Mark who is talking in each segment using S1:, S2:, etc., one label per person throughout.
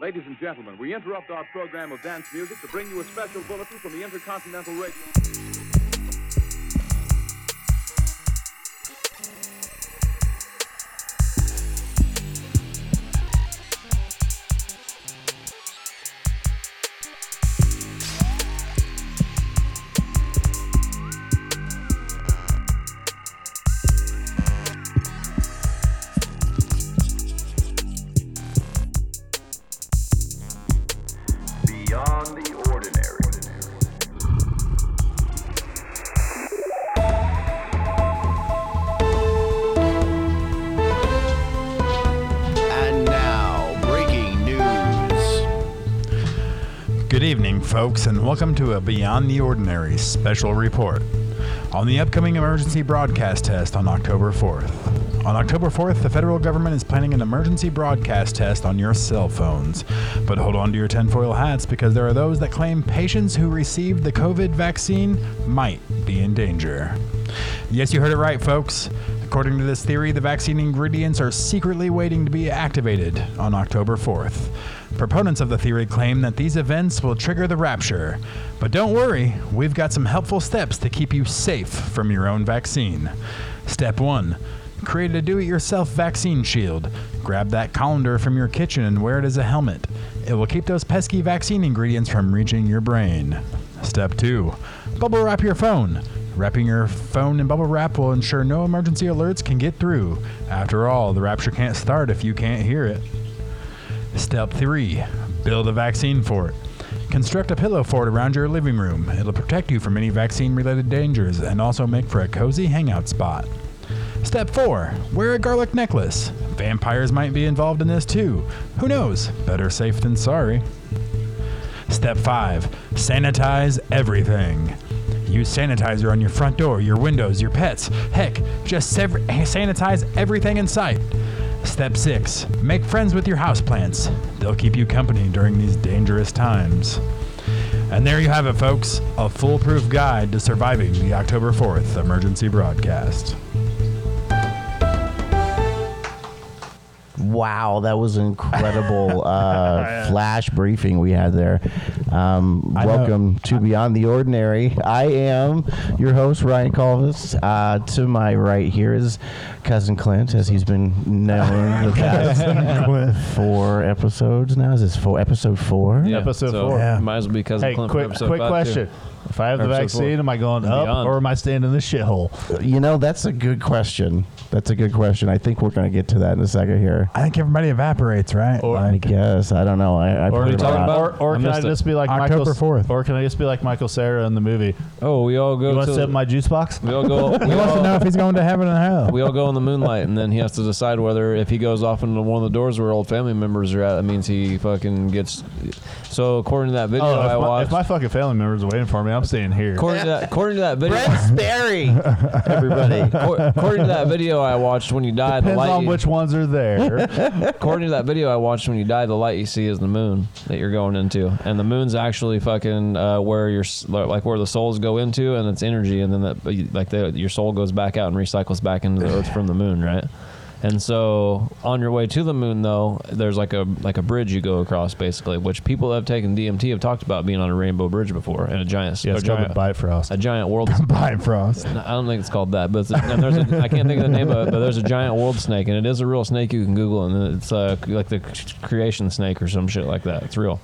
S1: Ladies and gentlemen, we interrupt our program of dance music to bring you a special bulletin from the Intercontinental Radio.
S2: Beyond the ordinary.
S3: And now, breaking news.
S4: Good evening, folks, and welcome to a Beyond the Ordinary special report on the upcoming emergency broadcast test on October 4th. On October 4th, the federal government is planning an emergency broadcast test on your cell phones. But hold on to your tinfoil hats because there are those that claim patients who received the COVID vaccine might be in danger. Yes, you heard it right, folks. According to this theory, the vaccine ingredients are secretly waiting to be activated on October 4th. Proponents of the theory claim that these events will trigger the rapture. But don't worry, we've got some helpful steps to keep you safe from your own vaccine. Step 1 Create a do it yourself vaccine shield. Grab that colander from your kitchen and wear it as a helmet. It will keep those pesky vaccine ingredients from reaching your brain. Step 2 Bubble wrap your phone. Wrapping your phone in bubble wrap will ensure no emergency alerts can get through. After all, the rapture can't start if you can't hear it. Step 3 Build a vaccine fort. Construct a pillow fort around your living room. It'll protect you from any vaccine related dangers and also make for a cozy hangout spot. Step 4 Wear a garlic necklace. Vampires might be involved in this too. Who knows? Better safe than sorry. Step 5 Sanitize everything. Use sanitizer on your front door, your windows, your pets. Heck, just sev- sanitize everything in sight. Step 6 Make friends with your houseplants. They'll keep you company during these dangerous times. And there you have it, folks a foolproof guide to surviving the October 4th emergency broadcast.
S3: Wow, that was an incredible uh, flash briefing we had there. Um,
S4: know.
S3: welcome to Beyond the Ordinary. I am your host, Ryan Colvis. Uh, to my right here is cousin Clint, as he's been known the past four episodes now. Is this four, episode four?
S5: Yeah,
S6: Episode
S5: so
S6: four.
S4: Yeah.
S5: Might as well be because
S6: Hey,
S5: of Clint from
S6: quick,
S5: episode
S6: quick
S5: five,
S6: question.
S5: Too.
S6: If I have the
S5: Episode
S6: vaccine,
S5: four.
S6: am I going
S5: And
S6: up
S5: beyond.
S6: or am I staying in this shithole?
S3: You know, that's a good question. That's a good question. I think we're going to get to that in a second here.
S4: I think everybody evaporates, right?
S3: I
S4: Like,
S3: guess. I don't know. I, I've
S6: Or,
S3: heard
S5: you talking
S3: about-
S5: about?
S6: or,
S5: I
S6: or can I
S5: missed it.
S6: just be like
S4: October
S6: Michael,
S4: 4th.
S6: Or can I just be like Michael Sarah in the movie?
S5: Oh, we all
S6: You
S5: go
S6: want to
S5: to
S6: sip my juice box?
S5: we all go. We
S4: he wants to know
S5: all,
S4: if he's going to heaven or hell.
S5: we all go in the moonlight, and then he has to decide whether if he goes off into one of the doors where old family members are at, that means he fucking gets. So according to that video
S6: Oh,
S5: I
S6: if, my, if
S5: watched,
S6: my fucking family members are waiting for me, I'm staying here.
S5: according to that, according to that video,
S3: Sperry, everybody.
S5: accor- according to that video I watched when you die, the
S6: Depends
S5: light.
S6: on
S5: you-
S6: which ones are there.
S5: According to that video I watched when you die, the light you see is the moon that you're going into, and the moon's actually fucking uh, where your s- like where the souls go into, and it's energy, and then that uh, like the, your soul goes back out and recycles back into the earth from the moon, right? And so on your way to the moon, though, there's like a like a bridge you go across, basically, which people that have taken DMT have talked about being on a rainbow bridge before, and a giant,
S6: yeah,
S5: a
S6: it's called
S5: giant,
S6: the Bifrost.
S5: a giant world
S4: Bifrost.
S5: no, I don't think it's called that, but it's, and there's a, I can't think of the name of it, but there's a giant world snake, and it is a real snake. You can Google, it, and it's uh, like the creation snake or some shit like that. It's real.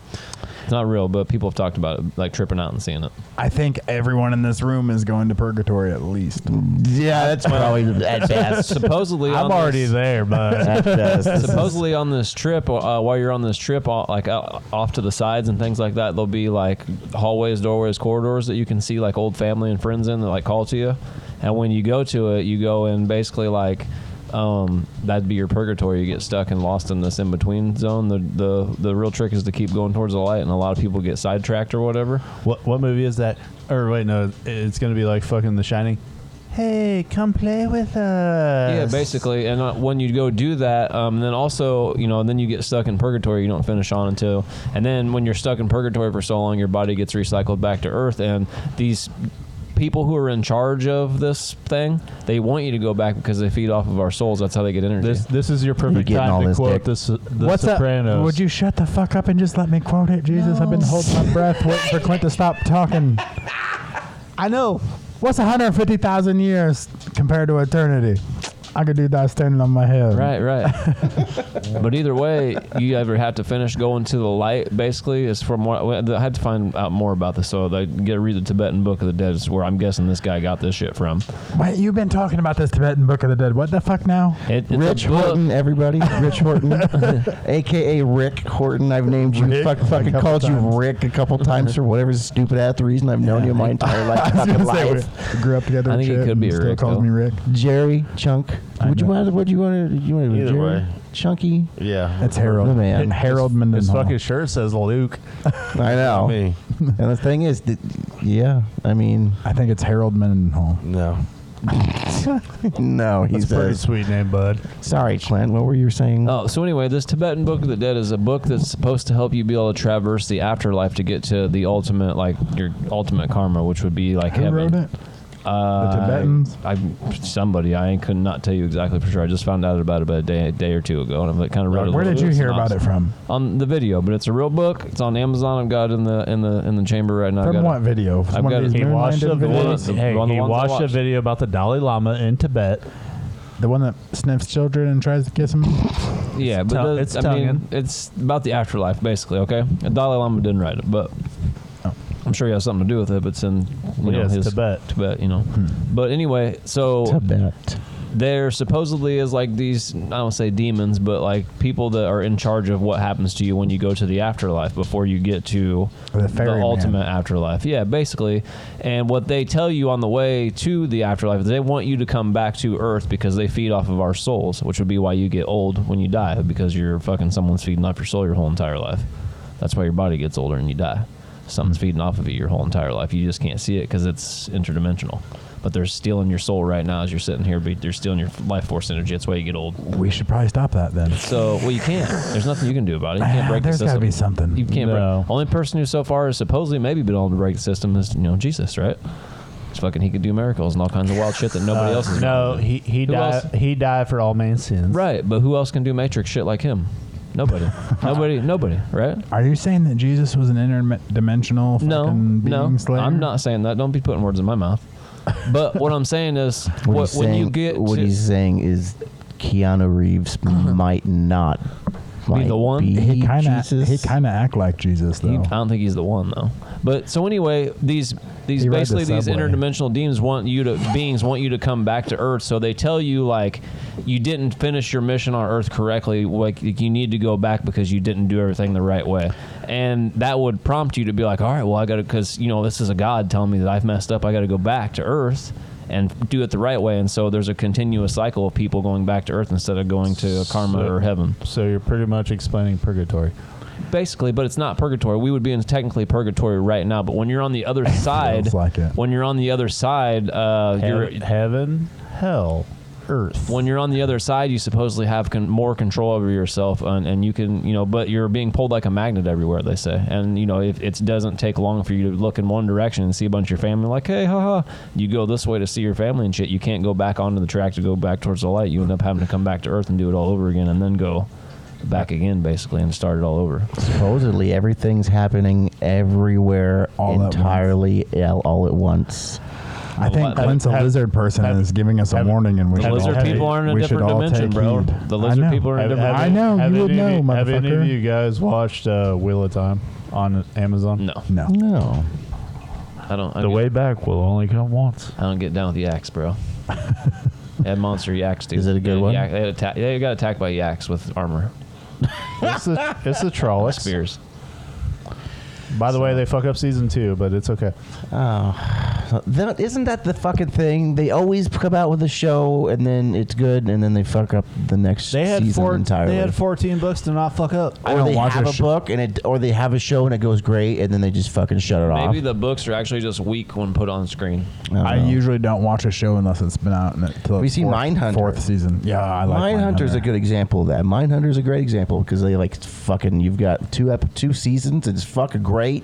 S5: It's not real, but people have talked about it, like tripping out and seeing it.
S4: I think everyone in this room is going to purgatory at least.
S3: Yeah, that's probably the- at best.
S5: Supposedly, on
S6: I'm already
S5: this-
S6: there, but
S3: At best.
S5: Supposedly on this trip, uh, while you're on this trip, uh, like uh, off to the sides and things like that, there'll be like hallways, doorways, corridors that you can see like old family and friends in that like call to you. And when you go to it, you go in basically like um, that'd be your purgatory. You get stuck and lost in this in between zone. The, the the real trick is to keep going towards the light, and a lot of people get sidetracked or whatever.
S6: what, what movie is that? Or wait, no, it's going to be like fucking The Shining. Hey, come play with us.
S5: Yeah, basically. And uh, when you go do that, um, then also, you know, then you get stuck in purgatory. You don't finish on until, and then when you're stuck in purgatory for so long, your body gets recycled back to Earth, and these people who are in charge of this thing, they want you to go back because they feed off of our souls. That's how they get energy.
S6: This this is your perfect
S3: getting all
S6: time to
S3: this
S6: quote
S3: dick.
S6: the, Su- the
S4: What's up?
S6: Sopranos.
S4: Would you shut the fuck up and just let me quote it, Jesus? I've been holding my breath, waiting for Clint to stop talking. I know. What's 150,000 years compared to eternity? I could do that standing on my head.
S5: Right, right. but either way, you either have to finish going to the light. Basically, is from what I had to find out more about this. So I get to read the Tibetan Book of the Dead, is where I'm guessing this guy got this shit from.
S4: Wait, you've been talking about this Tibetan Book of the Dead. What the fuck now?
S5: It, it's a
S3: Rich
S5: book.
S3: Horton, everybody. Rich Horton, aka Rick Horton. I've named you,
S4: Rick
S3: fuck,
S4: a
S3: fucking
S4: couple
S3: called
S4: times.
S3: you Rick a couple times for whatever stupid ass reason. I've known you my entire life, fucking life.
S4: we grew up together.
S5: I
S4: and
S5: think it
S4: shit,
S5: could
S4: and
S5: be
S4: still
S5: Rick,
S4: calls
S5: though.
S4: me Rick.
S3: Jerry Chunk. Would you
S4: know.
S3: want? Would you want to? You want to?
S7: Either
S3: Jerry?
S7: way.
S3: Chunky.
S7: Yeah.
S4: That's Harold.
S6: Oh,
S3: The man.
S4: H- Harold
S6: His
S4: Mendenhall.
S6: fucking shirt says Luke.
S3: I know.
S7: Me.
S3: And the thing is, that, yeah. I mean,
S4: I think it's Harold Mendenhall.
S7: No.
S3: no. He
S6: It's a pretty
S3: says.
S6: sweet name, bud.
S3: Sorry, Clint. What were you saying?
S5: Oh, so anyway, this Tibetan Book of the Dead is a book that's supposed to help you be able to traverse the afterlife to get to the ultimate, like your ultimate karma, which would be like
S4: Who
S5: heaven.
S4: wrote it?
S5: Uh,
S4: The Tibetans?
S5: I, somebody. I could not tell you exactly for sure. I just found out about it about a day, day or two ago, and I kind of read. a
S4: Where
S5: little
S4: did you
S5: bit
S4: hear about
S5: synopsis.
S4: it from?
S5: On the video, but it's a real book. It's on Amazon. I've got it in the in the in the chamber right now. I've
S4: From
S5: got
S4: what
S5: it.
S4: video?
S5: I've
S4: One of
S5: got
S4: these
S5: it. He
S6: He
S4: moonlighted
S6: watched a
S5: video-
S6: video.
S5: one of the-
S6: Hey,
S5: one of the
S6: he
S5: ones I
S6: watched a
S5: watched.
S6: video about the Dalai Lama in Tibet.
S4: The one that sniffs children and tries to kiss them.
S5: Yeah, but
S6: tongue-
S5: the-
S6: it's
S5: I
S6: tonguing.
S5: mean, it's about the afterlife, basically. Okay, the Dalai Lama didn't write it, but I'm sure he has something to do with it. But it's in you know
S6: Yes,
S5: his
S6: Oh. Tibet. Hmm.
S5: Tibet, you know. But anyway, so
S3: Tibet.
S5: there supposedly is like these I don't say demons, but like people that are in charge of what happens to you when you go to the afterlife before you get to
S4: The ferryman.
S5: ultimate afterlife. Yeah, basically. And what they tell you on the way to the afterlife is they want you to come back to Earth because they feed off of our souls, which would be why you get old when you die because you're fucking someone's feeding off your soul your whole entire life. That's why your body gets older and you die. Something's feeding off of you your whole entire life. You just can't see it because it's interdimensional. But they're stealing your soul right now as you're sitting here. But they're stealing your life force energy. That's why you get old.
S4: We should probably stop that then.
S5: So well, you can't. There's nothing you can do about it. You can't break
S4: There's
S5: the
S4: got to
S5: system.
S4: be something.
S5: You can't.
S6: No.
S5: Break. Only person who so far has supposedly maybe been able to break the system is you know Jesus, right? It's fucking he could do miracles and all kinds of wild shit that nobody else is.
S6: No, he he
S5: Who
S6: died.
S5: else?
S6: He died for all man's sins.
S5: Right, but who else can do Matrix shit like him? Nobody. nobody. Nobody. Right?
S4: Are you saying that Jesus was an interdimensional fucking
S5: No.
S4: being
S5: No.
S4: slayer?
S5: I'm not saying that. Don't be putting words in my mouth. But what I'm saying is,
S3: What,
S5: what,
S3: he's
S5: when
S3: saying,
S5: you get
S3: what
S5: to, Uh-huh.
S3: he's saying is Keanu Reeves might not might
S5: the one?
S3: Be
S4: He kind of
S3: Jesus.
S4: he kind of act like Jesus
S5: He-
S4: though.
S5: I don't think he's the one though. But so anyway, these these
S4: He rode the
S5: basically these
S4: subway.
S5: interdimensional demons want you to beings want you to come back to Earth. So they tell you like you didn't finish your mission on Earth correctly. Like you need to go back because you didn't do everything the right way, and that would prompt you to be like, all right, well I got to because you know this is a God telling me that I've messed up. I got to go back to Earth. And do it the right way, and so there's a continuous cycle of people going back to Earth instead of going to karma
S6: So-
S5: or heaven
S6: So you're pretty much explaining purgatory.
S5: basically, but it's not purgatory. We would be in technically purgatory right now, but when you're on the other side,
S4: Feels like it.
S5: when you're on the other side, uh, you're
S6: Heaven, heaven hell, earth.
S5: when you're on the other side, you supposedly have con- more control over yourself, and, and you can, you know, but you're being pulled like a magnet everywhere. They say, and you know, if it doesn't take long for you to look in one direction and see a bunch of your family, like, hey, haha, you go this way to see your family and shit. You can't go back onto the track to go back towards the light. You end up having to come back to Earth and do it all over again, and then go back again, basically, and start it all over.
S3: Supposedly everything's happening everywhere
S4: All at once.
S3: entirely all, all at once.
S4: I think
S5: Well,
S4: Clint's a
S6: have-
S4: lizard person
S6: have-
S4: and is giving us a
S6: have-
S4: warning, and we
S5: The
S4: should
S5: lizard
S4: all take,
S5: people are in a
S4: we should
S5: different
S4: all
S5: dimension,
S4: take
S5: bro.
S4: heed.
S5: The
S4: I
S5: lizard
S4: know.
S5: people are in a
S6: Have-
S5: different.
S6: have
S4: I know,
S6: have
S4: you would
S6: any of
S4: know,
S6: you- Have any
S4: motherfucker.
S6: of you guys watched uh, Wheel of Time on Amazon?
S5: No,
S4: No,
S3: No.
S5: I don't. I
S6: The
S5: get,
S6: way back will only come once.
S5: I don't get down with yaks, bro. They had monster yaks, dude.
S3: Is it a good
S5: They-
S3: one?
S5: Yak, they, had atta- they got attacked by yaks with armor,
S6: It's the it's the Trollocs.
S5: spears.
S6: By the way, they fuck up season two, but it's okay.
S3: Then- Isn't that the fucking thing? They always come out with a show and then it's good and then they fuck up the next season entirely.
S6: fourteen books to not fuck up.
S3: or they have a book and it, or they have a show and it goes great and then they just fucking shut it
S5: Maybe
S3: off.
S5: the books are actually just weak when put on screen.
S3: don't
S4: I
S3: know.
S4: usually don't watch a show unless it's been out until
S3: Have you seen
S4: fourth,
S3: Mindhunter?
S4: fourth season. Yeah, I like
S3: Mindhunter's a
S4: Mindhunter.
S3: good example of that. Mindhunter's a great example because they like fucking. You've got two ep- two seasons. It's fucking great.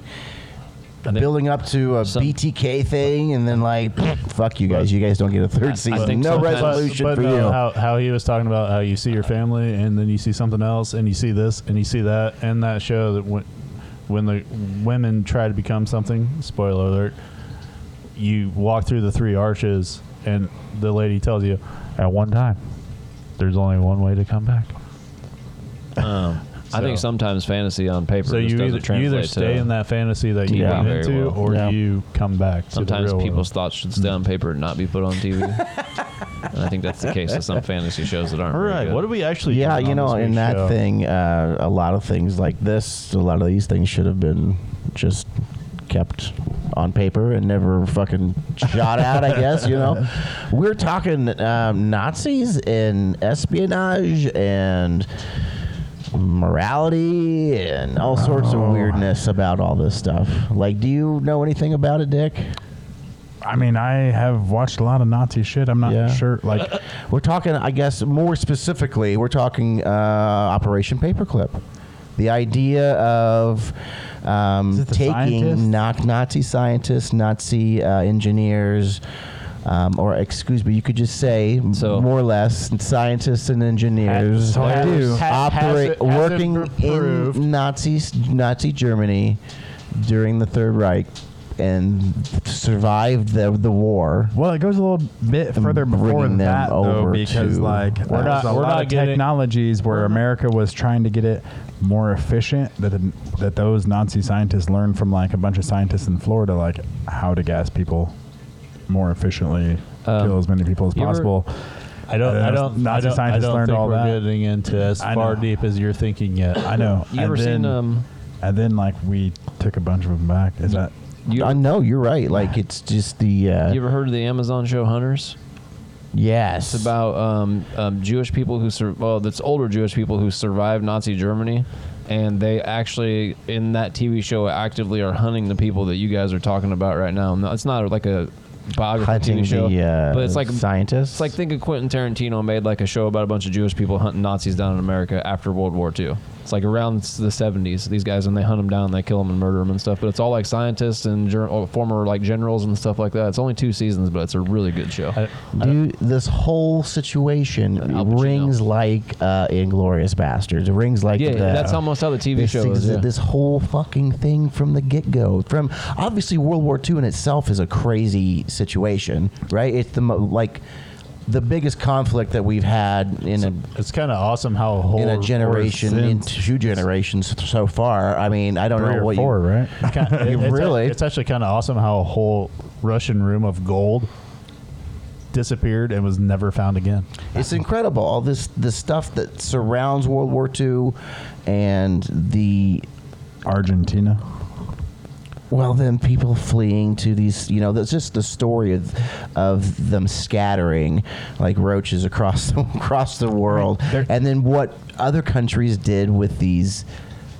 S3: building up to a
S5: Some-
S3: BTK thing, and then like, fuck you guys. You guys don't get a third season.
S5: think
S3: No
S5: so. But-
S3: resolution
S6: but
S3: for
S4: uh,
S6: no,
S3: you.
S6: How, how he was talking about how you see your family and then you see something else and you see this and you see that and that show that when, when the women try to become something, spoiler alert, you walk through the three arches and the lady tells you at one time, there's only one way to come back.
S5: I think
S6: So-
S5: sometimes fantasy on paper
S6: So
S5: just
S6: you
S5: doesn't
S6: either, you
S5: translate
S6: either stay
S5: to
S6: in that fantasy that you
S5: Yeah.
S6: went
S5: Very
S6: into
S5: well.
S6: or
S3: Yeah.
S6: you come back.
S5: Sometimes
S6: to the real
S5: people's
S6: world.
S5: thoughts should stay on paper and not be put on TV. and I think that's the case with some fantasy shows that aren't.
S6: All
S5: very
S6: right,
S5: good.
S6: what do we actually?
S3: Yeah,
S6: doing
S3: you
S6: on
S3: know,
S6: this
S3: in
S6: week's
S3: that
S6: show?
S3: thing, uh, a lot of things like this, a lot of these things should have been just kept on paper and never fucking shot out. I guess you know, we're talking um, Nazis and espionage and morality and all sorts
S6: Oh.
S3: of weirdness about all this stuff. Like, do you know anything about it, Dick?
S4: I mean, I have watched a lot of Nazi shit. I'm not
S3: Yeah.
S4: sure. Like,
S3: We're talking, I guess, more specifically, we're talking uh, Operation Paperclip. The idea of um,
S6: it the
S3: taking
S6: scientists?
S3: knock Nazi scientists, Nazi uh, engineers, um, or excuse me, you could just say
S5: So-
S3: more or less scientists and engineers
S6: so has-
S3: do
S6: ha- has
S3: operate
S6: it- has it
S3: working
S6: been proved?
S3: in Nazi Nazi Germany during the Third Reich and survived the the war.
S4: well, it goes a little bit further before
S3: bringing them
S4: that, though,
S3: over
S4: because
S3: to-
S4: like
S3: We're
S4: we're
S6: not-
S4: not, a
S6: we're
S4: lot
S6: not
S4: of
S6: getting-
S4: technologies where America was trying to get it more efficient. That the, that those Nazi scientists learned from like a bunch of scientists in Florida, like how to gas people more efficiently, kill as many people as
S5: you ever-
S4: possible.
S6: I don't.
S4: Uh,
S6: I don't.
S4: Nazi
S6: I don't, I
S4: scientists
S6: don't
S4: learned
S6: think
S4: all
S6: we're
S4: that.
S6: getting into as
S4: I
S6: far
S4: know.
S6: deep as you're thinking yet.
S4: I know. and
S5: You ever
S4: then,
S5: seen um?
S4: And then like we took a bunch of them back. Is that?
S5: You,
S3: I know you're right. Like it's just the uh,
S5: you ever heard of the Amazon show Hunters?
S3: yes.
S5: It's about um, um, Jewish people who sur- well, that's older Jewish people who survived Nazi Germany, and they actually in that TV show actively are hunting the people that you guys are talking about right now. No, it's not like a biography
S3: hunting
S5: TV show,
S3: the uh,
S5: but it's like
S3: scientists.
S5: it's like think of Quentin Tarantino made like a show about a bunch of Jewish people hunting Nazis down in America after World War II. It's like around the 70s. These guys and they hunt them down, they kill them and murder them and stuff. But it's all like scientists and ger- or former like generals and stuff like that. It's only two seasons, but it's a really good show.
S3: Dude, this whole situation
S5: Al Pacino.
S3: rings like uh, Inglorious Bastards. It rings like
S5: yeah,
S3: the,
S5: that's almost how the TV
S3: this,
S5: show is.
S3: exi-
S5: yeah.
S3: this whole fucking thing from the get go. From obviously World War II in itself is a crazy situation, right? It's the mo- like the biggest conflict that we've had in a
S6: It's kind of awesome how a whole
S3: in a generation, in
S6: since-
S3: two generations so far. I mean, I don't
S4: Three
S3: know
S4: or
S3: what
S4: four,
S3: you.
S4: right?
S6: kinda- it's a-
S3: Really?
S6: it's actually kind of awesome how a whole Russian room of gold disappeared and was never found again.
S3: It's incredible all this the stuff that surrounds World War II, and the
S4: Argentina.
S3: well then people fleeing to these you know that's just the story of of them scattering like roaches across the, across the world,
S4: They're-
S3: and then what other countries did with these.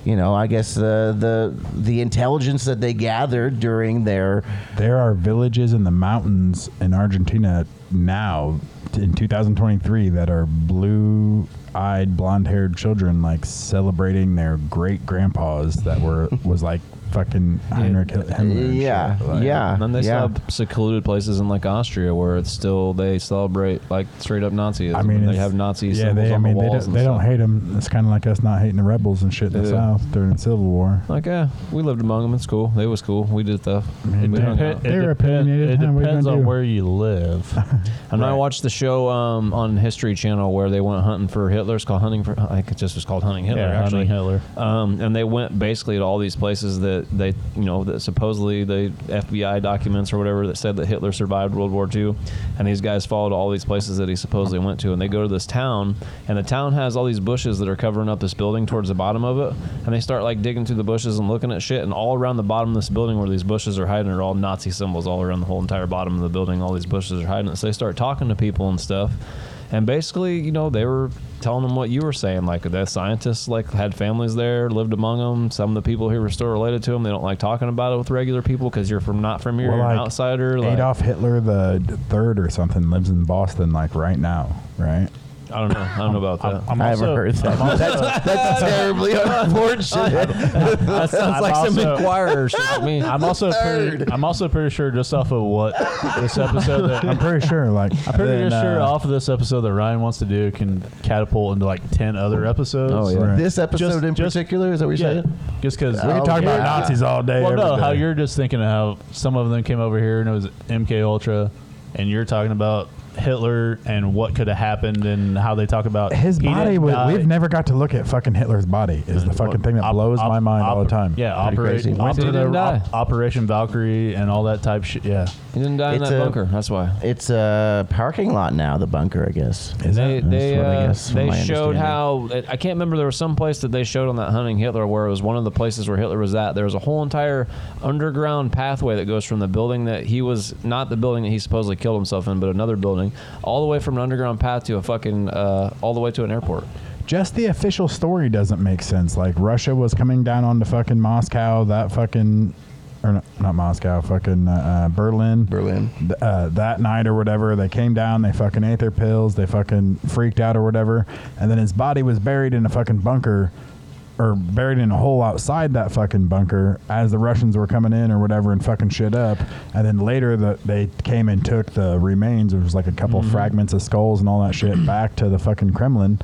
S3: You know, I guess the the the intelligence that they gathered during their
S4: There are villages in the mountains in Argentina now in 2023 that are blue eyed blonde haired children like celebrating their great grandpas that were was like fucking Heinrich Himmler. and
S3: yeah
S4: shit. Like,
S3: yeah
S5: And then they
S3: yeah.
S5: still have secluded places in like Austria where it's still they celebrate like straight up Nazism.
S4: I mean,
S5: they
S4: it's-
S5: have Nazi
S4: Yeah,
S5: symbols
S4: they. I
S5: on
S4: mean,
S5: the
S4: they
S5: walls.
S4: don't, they don't hate them. It's kind of like us not hating the rebels and shit in the
S5: Yeah.
S4: South during the Civil War.
S5: Like, yeah, we lived among them. It's cool. They was cool. We did stuff.
S4: mean,
S5: We
S4: it
S5: hung
S4: depen-
S5: out.
S4: They're
S6: depen-
S4: opinionated,
S6: it
S4: huh? What you
S6: depends
S4: gonna
S6: on
S4: do?
S6: where you live.
S5: And I watched the show um, on History Channel where they went hunting for Hitler. It's called Hunting for. I think it just was called Hunting Hitler.
S6: Yeah,
S5: actually.
S6: Hunting Hitler.
S5: Um, and they went basically to all these places that they, you know, that supposedly the FBI documents or whatever that said that Hitler survived World War II. And these guys followed all these places that he supposedly went to. And they go to this town, and the town has all these bushes that are covering up this building towards the bottom of it. And they start like digging through the bushes and looking at shit. And all around the bottom of this building where these bushes are hiding are all Nazi symbols all around the whole entire bottom of the building. All these bushes are hiding it. So they start talking to people and stuff. And basically, you know, they were telling them what you were saying. Like the scientists, like had families there, lived among them. Some of the people here were still related to them. They don't like talking about it with regular people because you're from not from here,
S4: Well,
S5: you're an
S4: like,
S5: outsider. Like,
S4: Adolf Hitler the d- third or something lives in Boston like right now, right?
S5: I don't know. I don't know about that.
S6: I'm
S3: I haven't
S6: also-
S3: heard that.
S6: I'm also-
S3: that's, that's terribly unfortunate.
S5: that sounds
S6: I'm
S5: like some
S6: also-
S5: inquirer shit to me.
S6: I'm also pretty, I'm also pretty sure just off of what this episode that
S4: I'm pretty sure, like,
S6: I'm pretty
S4: then,
S6: sure
S4: uh,
S6: off of this episode that Ryan wants to do can catapult into like ten other episodes.
S5: Oh, yeah.
S4: Right.
S3: this episode
S6: Just-
S3: in
S6: just-
S3: particular is that what you're
S6: yeah,
S3: saying? Oh,
S6: just because
S3: We could
S4: talk about Nazis all day.
S6: Well,
S4: every
S6: no, how
S4: day.
S6: you're just thinking of how some of them came over here and it was MK Ultra, and you're talking about Hitler and what could have happened and how they talk about
S4: his
S6: he
S4: body.
S6: didn't
S4: Was,
S6: die.
S4: we've never got to look at fucking Hitler's body. Is the fucking thing that
S6: Op-
S4: blows
S6: op-
S4: my mind all the
S6: oper-
S4: time.
S6: Yeah,
S3: Pretty
S6: operate,
S3: crazy.
S6: op-
S5: He didn't die.
S6: Operation Valkyrie and all that type shit. Yeah,
S5: He didn't die in
S3: It's
S5: that
S3: a-
S5: bunker. That's why.
S3: It's a parking lot now, the bunker, I guess.
S4: Is
S5: They
S4: it?
S5: they,
S3: what I
S5: uh,
S3: guess, from
S5: they
S3: my
S5: showed
S3: understanding.
S5: how I can't remember there was some place that they showed on that hunting Hitler where it was one of the places where Hitler was at. There was a whole entire underground pathway that goes from the building that he was not the building that he supposedly killed himself in, but another building, all the way from an underground path to a fucking uh, all the way to an airport.
S4: Just the official story doesn't make sense. Like Russia was coming down on the fucking Moscow. That fucking. Or not, not Moscow, fucking uh, uh, Berlin.
S3: Berlin.
S4: th- uh, that night or whatever. They came down, they fucking ate their pills, they fucking freaked out or whatever. And then his body was buried in a fucking bunker or buried in a hole outside that fucking bunker as the Russians were coming in or whatever and fucking shit up. And then later the, they came and took the remains, which was like a couple fragments of skulls and all that shit, back to the fucking Kremlin.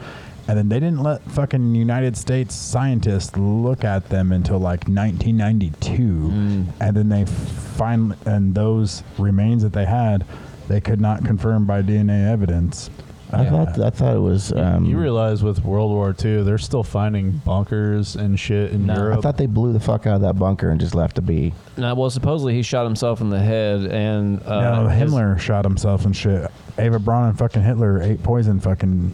S4: And then they didn't let fucking United States scientists look at them until like 1992. And then they finally, and those remains that they had, they could not confirm by DNA evidence.
S3: I thought I thought it was. Um,
S6: you realize with World War II, they're still finding bunkers and shit in
S3: I
S6: Europe.
S3: thought they blew the fuck out of that bunker and just left it be.
S5: Now, Uh, well, supposedly he shot himself in the head and uh,
S4: no,
S5: his-
S4: Himmler shot himself and shit. Ava Braun and fucking Hitler ate poison fucking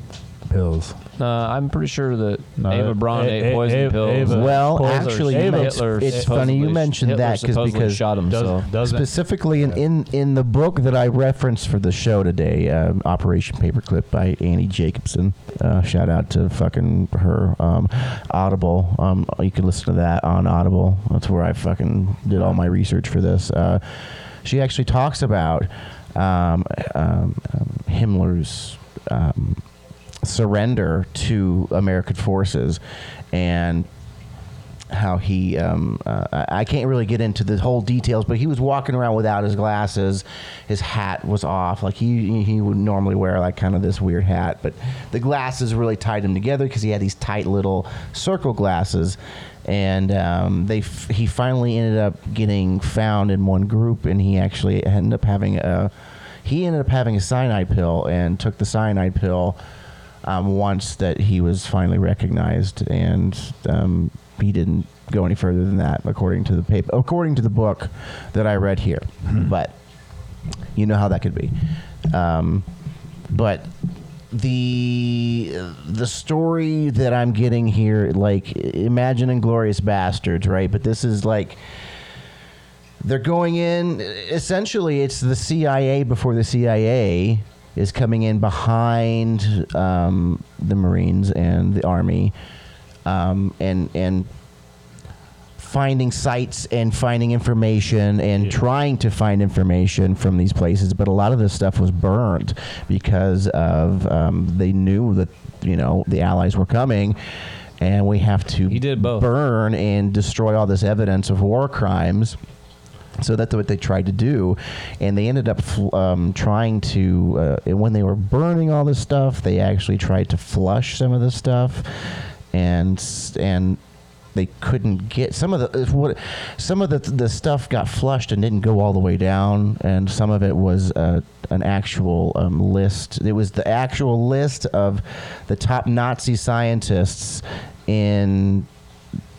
S4: pills.
S5: Uh, I'm pretty sure that
S6: No,
S5: Ava Braun
S6: A-
S5: ate
S6: A-
S5: poison
S6: Ava-
S5: pills.
S6: Ava-
S3: Well,
S5: Hitler-
S3: actually, you
S5: Hitler
S3: men- it's funny you
S5: supposedly-
S3: mentioned
S5: Hitler
S3: that 'cause-
S5: supposedly
S3: because-
S5: shot himself.
S6: doesn't, doesn't
S3: Specifically, in, in in the book that I referenced for the show today, um, Operation Paperclip by Annie Jacobson. Uh, shout out to fucking her. Um, Audible. Um, you can listen to that on Audible. That's where I fucking did all my research for this. Uh, she actually talks about um, um, um, Himmler's. Um, surrender to American forces, and how he um, uh, I- I can't really get into the whole details, but he was walking around without his glasses. His hat was off. Like he he would normally wear like kind of this weird hat, but the glasses really tied him together because he had these tight little circle glasses. And um, they f- he finally ended up getting found in one group, and he actually ended up having a he ended up having a cyanide pill and took the cyanide pill um, once that he was finally recognized, and um, he didn't go any further than that, according to the paper, according to the book that I read here. But you know how that could be. Um, but the the story that I'm getting here, like imagine Inglorious Bastards, right? But this is like they're going in essentially it's the cia before the cia is coming in behind um, the marines and the army um, and and finding sites and finding information and trying to find information from these places but a lot of this stuff was burned because of um, they knew that you know the allies were coming and we have to
S5: He did both.
S3: burn and destroy all this evidence of war crimes so that's what they tried to do, and they ended up fl- um, trying to. Uh, and when they were burning all this stuff, they actually tried to flush some of the stuff, and s- and they couldn't get some of the if what some of the the stuff got flushed and didn't go all the way down, and some of it was uh, an actual um, list. It was the actual list of the top Nazi scientists in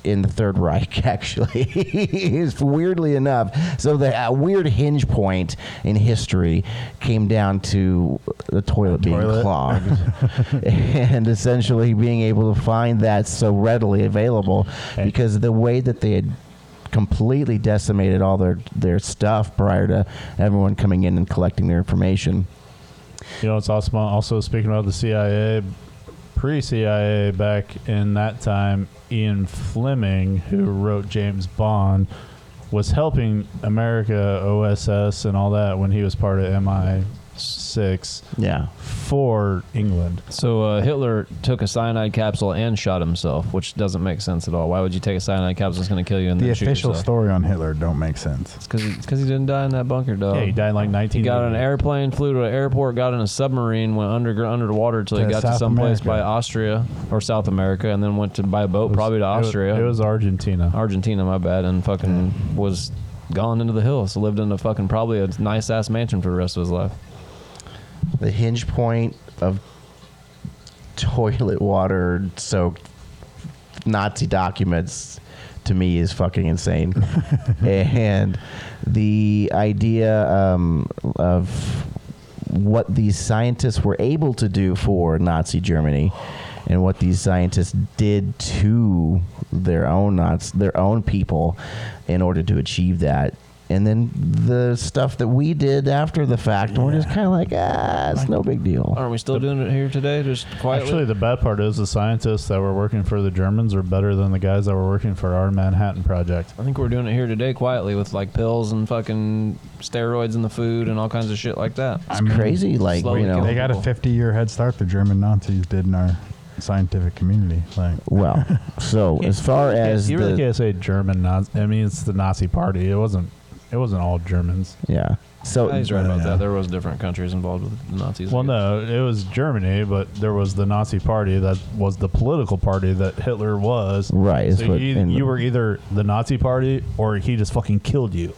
S3: in the Third Reich, actually. it's weirdly enough. So the uh, weird hinge point in history came down to the toilet being
S4: Toilet.
S3: clogged and essentially being able to find that so readily available because the way that they had completely decimated all their, their stuff prior to everyone coming in and collecting their information.
S6: You know, it's awesome. Also, speaking about the CIA, pre CIA, back in that time, Ian Fleming, who wrote James Bond, was helping America, OSS, and all that when he was part of MI six
S3: Yeah.
S6: for England.
S5: So uh, Hitler took a cyanide capsule and shot himself, which doesn't make sense at all. Why would you take a cyanide capsule that's going to kill you and
S4: The
S5: then shoot
S4: official
S5: yourself?
S4: story on Hitler don't make sense.
S5: Because he, 'cause he didn't die in that bunker, dog.
S6: yeah, he died in like
S5: He
S6: nineteen.
S5: got on an airplane, flew to an airport, got in a submarine, went underground, underwater until he
S4: To
S5: got to
S4: South
S5: someplace
S4: America.
S5: by Austria or South America, and then went to by boat, probably to Austria,
S6: It was, Argentina.
S5: Argentina, my bad, and fucking was gone into the hills. Lived in a fucking probably a nice ass mansion for the rest of his life.
S3: The hinge point of toilet water soaked Nazi documents to me is fucking insane. and the idea um, of what these scientists were able to do for Nazi Germany and what these scientists did to their own Nazi, their own people in order to achieve that. And then the stuff that we did after the fact, we're just kind of like, ah, it's no big deal.
S5: Aren't we still doing it here today? Just quietly.
S6: Actually, the bad part is the scientists that were working for the Germans are better than the guys that were working for our Manhattan Project.
S5: I think we're doing it here today quietly with like pills and fucking steroids in the food and all kinds of shit like that.
S3: It's crazy, like
S5: slowly
S3: you know.
S5: killing
S4: They got a 50 year head start the German Nazis did in our scientific community. Like,
S3: Well, so as far as
S6: you really
S3: the,
S6: can't say German Nazi. I mean, it's the Nazi Party. It wasn't. It wasn't all Germans.
S3: yeah, so
S5: He's right about
S4: Yeah.
S5: that. There was different countries involved with the Nazis.
S6: Well, no, it was Germany, but there was the Nazi Party that was the political party that Hitler was.
S3: Right, it's
S6: So
S3: what-
S6: you,
S3: and-
S6: you were either the Nazi Party or he just fucking killed you.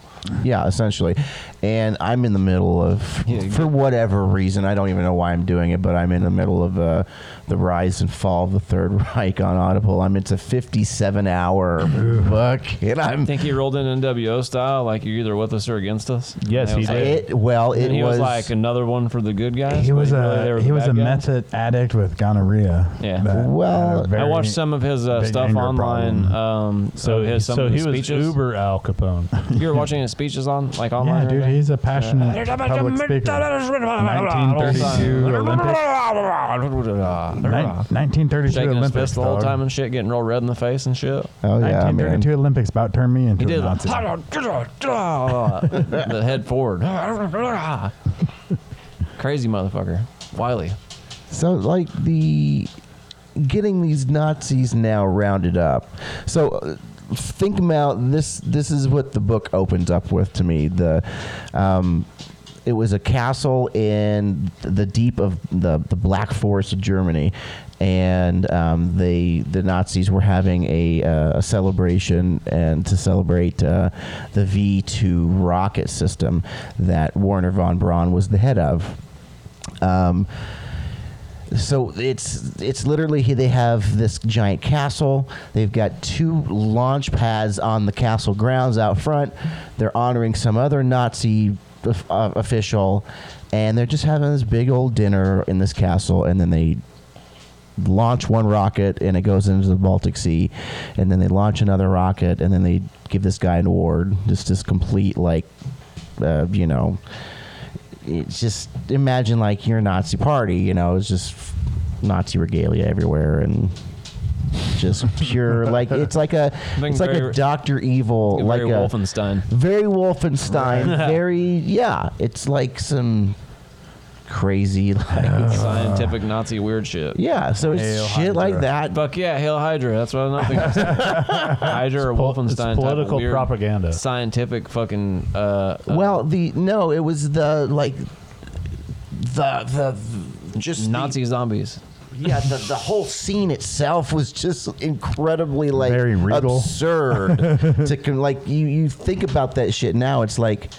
S3: yeah, essentially, and I'm in the middle of
S5: Yeah, you-
S3: for whatever reason I don't even know why I'm doing it, but I'm in the middle of uh, the rise and fall of the Third Reich on Audible. I'm it's a 57 hour book, and
S5: I
S3: I'm
S5: think he rolled in NWO style, like you're either with us or against us.
S6: Yes,
S5: And
S6: he
S5: it was like-
S6: did.
S3: it. Well, it
S5: and he was, like another one for the good guys.
S4: he
S5: but
S4: was
S5: really there
S4: a
S5: were
S4: he
S5: the
S4: was a
S5: bad guys.
S4: method addict with gonorrhea.
S5: Yeah.
S4: that
S3: Well,
S4: had a
S3: I
S5: I
S4: very-
S5: watched some of his uh,
S4: big
S5: stuff
S4: anger
S5: online.
S4: problem.
S5: Um,
S6: So,
S5: of his, some
S6: so
S5: of
S6: he
S5: his
S6: was
S5: speeches.
S6: Uber Al Capone.
S5: You were watching his speeches on like online.
S4: Yeah, dude,
S5: right now?
S4: he's a passionate public speaker. 1932 Olympic. Nin- 1932
S5: shaking his
S4: Olympics.
S5: fist the whole
S4: dog.
S5: time and shit, getting real red in the face and shit.
S3: oh yeah, man.
S4: 1932 Olympics about turned me into
S5: He
S4: a
S5: did
S4: Nazi.
S5: the head forward. Crazy motherfucker, Wiley.
S3: So like the getting these Nazis now rounded up. So uh, think about this. This is what the book opens up with to me. The um, it was a castle in the deep of the the Black Forest of Germany. And um, they, the Nazis were having a, uh, a celebration and to celebrate uh, the V 2 rocket system that Werner von Braun was the head of. Um, so it's it's literally he- they have this giant castle. They've got two launch pads on the castle grounds out front. They're honoring some other Nazi of- uh, official, and they're just having this big old dinner in this castle. And then they launch one rocket, and it goes into the Baltic Sea. And then they launch another rocket, and then they give this guy an award. Just this complete like, uh, you know, it's just imagine like your Nazi party, you know, it's just Nazi regalia everywhere and just pure like it's like a
S5: Being
S3: it's like a
S5: very-
S3: Doctor Evil like uh,
S5: Very
S3: a
S5: Wolfenstein.
S3: very Wolfenstein, very yeah, it's like some crazy like
S5: Scientific Nazi weird shit.
S3: yeah, so it's
S4: Hail
S3: shit like
S4: Hydra.
S3: that.
S5: Fuck yeah, Hail Hydra. That's what I'm thinking. Hydra or
S6: Pol-
S5: Wolfenstein.
S6: it's
S5: type of
S6: political
S5: weird
S6: propaganda.
S5: Scientific fucking. Uh, uh,
S3: well, the no, it was the like the the just the-
S5: Nazi zombies.
S3: Yeah, the, the whole scene itself was just incredibly like
S4: Very regal.
S3: absurd. to con- like you, you think about that shit now, it's like,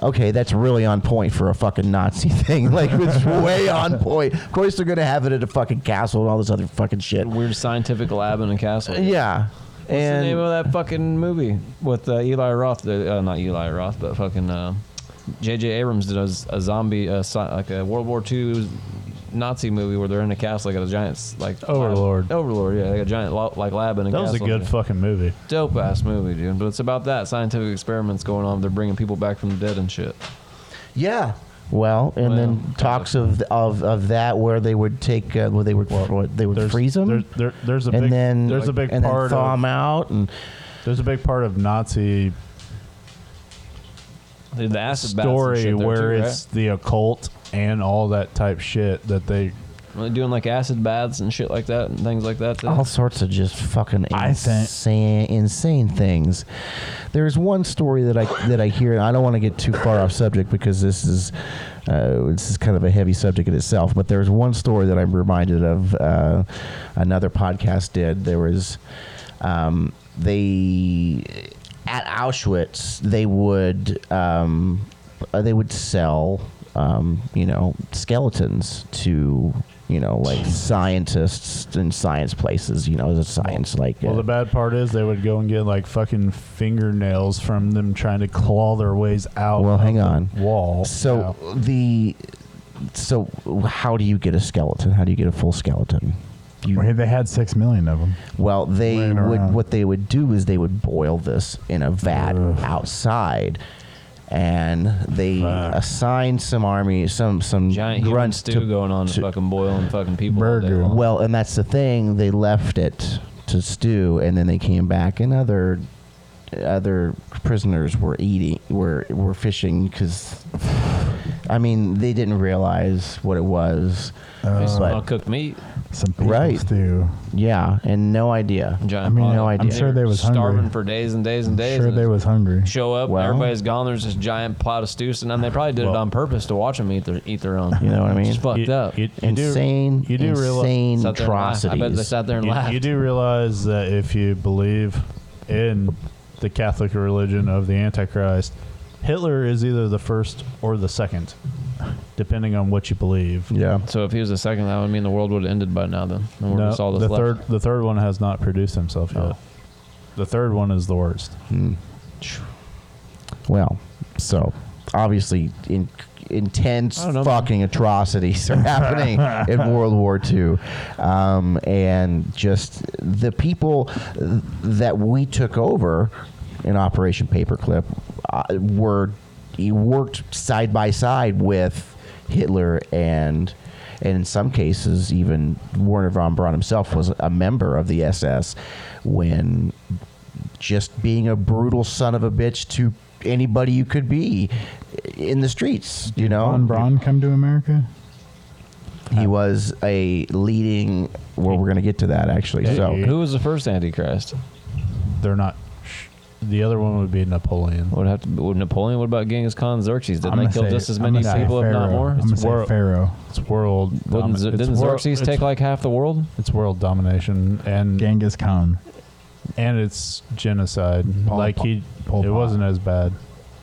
S3: okay, that's really on point for a fucking Nazi thing. Like it's way on point. Of course they're gonna have it at a fucking castle and all this other fucking shit.
S5: Weird scientific lab in a castle.
S3: Yeah,
S5: What's
S3: and
S5: the name of that fucking movie with uh, Eli Roth? The, uh, not Eli Roth, but fucking uh, J.J. Abrams did a, z- a zombie, uh, sci- like a World War II Nazi movie where they're in a castle, like a giant, s- like
S6: Overlord.
S5: lab- Overlord, yeah, like a giant lo- like lab in a
S6: That was
S5: castle.
S6: a good fucking movie.
S5: dope ass movie, dude. But it's about that scientific experiments going on. They're bringing people back from the dead and shit.
S3: yeah. Well, and then talks of, of of that where they would take uh, where they would what, they would
S6: There's,
S3: freeze them
S6: There's, there, there's a
S3: and
S6: big,
S3: then
S6: there's a big
S3: and then
S6: part
S3: thaw
S6: of,
S3: them out and
S6: there's a big part of Nazi
S5: Dude, The acid baths and
S6: story
S5: shit there
S6: where
S5: too,
S6: it's the occult and all that type shit that they
S5: Are they doing like acid baths and shit like that and things like that? too?
S3: all sorts of just fucking
S4: I think-
S3: insane, insane things. There's one story that I that I hear, and I don't want to get too far off subject because this is uh, this is kind of a heavy subject in itself. But there's one story that I'm reminded of. Uh, another podcast did. There was um, they at Auschwitz they would um, uh, they would sell um, you know skeletons to you know like scientists and science places you know the science like
S6: Well,
S3: uh,
S6: the bad part is they would go and get like fucking fingernails from them trying to claw their ways out.
S3: Well,
S6: of
S3: hang
S6: the
S3: on.
S6: Wall.
S3: so the so how do you get a skeleton how do you get a full skeleton you
S4: They had six million of them.
S3: Well, they
S4: Laying
S3: would.
S4: around.
S3: What they would do is they would boil this in a vat outside, and they
S6: Fuck.
S3: assigned some army, some some
S5: giant human
S3: grunts
S5: stew
S3: to
S5: going on
S3: to-
S5: and fucking boiling fucking people. all day
S6: Burger.
S5: long.
S3: Well, and that's the thing. They left it to stew, and then they came back, and other other prisoners were eating, were were fishing because. I mean, they didn't realize what it was.
S5: They smell
S3: but-
S5: cooked meat.
S4: Some people
S3: Right.
S4: stew.
S3: yeah, and no idea.
S5: Giant
S4: I mean,
S5: pot.
S3: no idea. I'm
S4: sure they was hungry.
S5: starving for days and days and days.
S4: Sure,
S5: and
S4: they
S5: it's-
S4: was hungry.
S5: show up.
S3: Well-
S5: everybody's gone. There's this giant plot of stew, and then they probably did it
S6: Well-
S5: on purpose to watch them eat their eat their own.
S3: You know what I mean?
S5: It's fucked
S6: You-
S5: up.
S6: you- do-
S3: insane,
S6: you do realize-
S3: insane
S5: Sat there and laughed. I
S3: atrocities.
S5: bet they sat there and
S6: You,
S5: laughed.
S6: you do realize that if you believe in the Catholic religion of the Antichrist, Hitler is either the first or the second, depending on what you believe.
S3: Yeah.
S5: So if he was the second, that would mean the world would have ended by now. Then and we're
S6: No,
S5: just all this
S6: the
S5: left.
S6: third the third one has not produced himself yet.
S5: Oh.
S6: The third one is the worst.
S3: Well, so obviously in, intense
S5: I don't know,
S3: fucking atrocities are happening in World War II, um, and just the people that we took over in Operation Paperclip uh, were he worked side by side with Hitler and. And in some cases, even Werner von Braun himself was a member of the SS when just being a brutal son of a bitch to anybody you could be in the streets. You know,
S4: Von Braun come to America?
S3: he was a leading. Well, we're gonna get to that actually. So
S5: Who was the first Antichrist?
S6: They're not. Sh- the other one would be Napoleon.
S5: Would have to be, would Napoleon. What about Genghis Khan, Xerxes? Didn't
S4: I'ma
S5: they kill
S4: say-
S5: just as
S4: I'ma
S5: many
S4: say
S5: people, if not
S4: Pharaoh.
S5: more?
S4: I'm gonna
S6: It's
S4: say
S6: wor-
S4: Pharaoh.
S6: It's world.
S5: Wouldn't,
S6: domi-
S5: Xer-
S6: it's
S5: didn't
S6: wor-
S5: Xerxes
S6: it's-
S5: take like half the world?
S6: It's world domination and
S4: Genghis Khan.
S6: and it's genocide.
S4: Pol
S6: like
S4: Pot.
S6: he,
S4: Pol
S6: it
S4: Pot.
S6: wasn't as bad.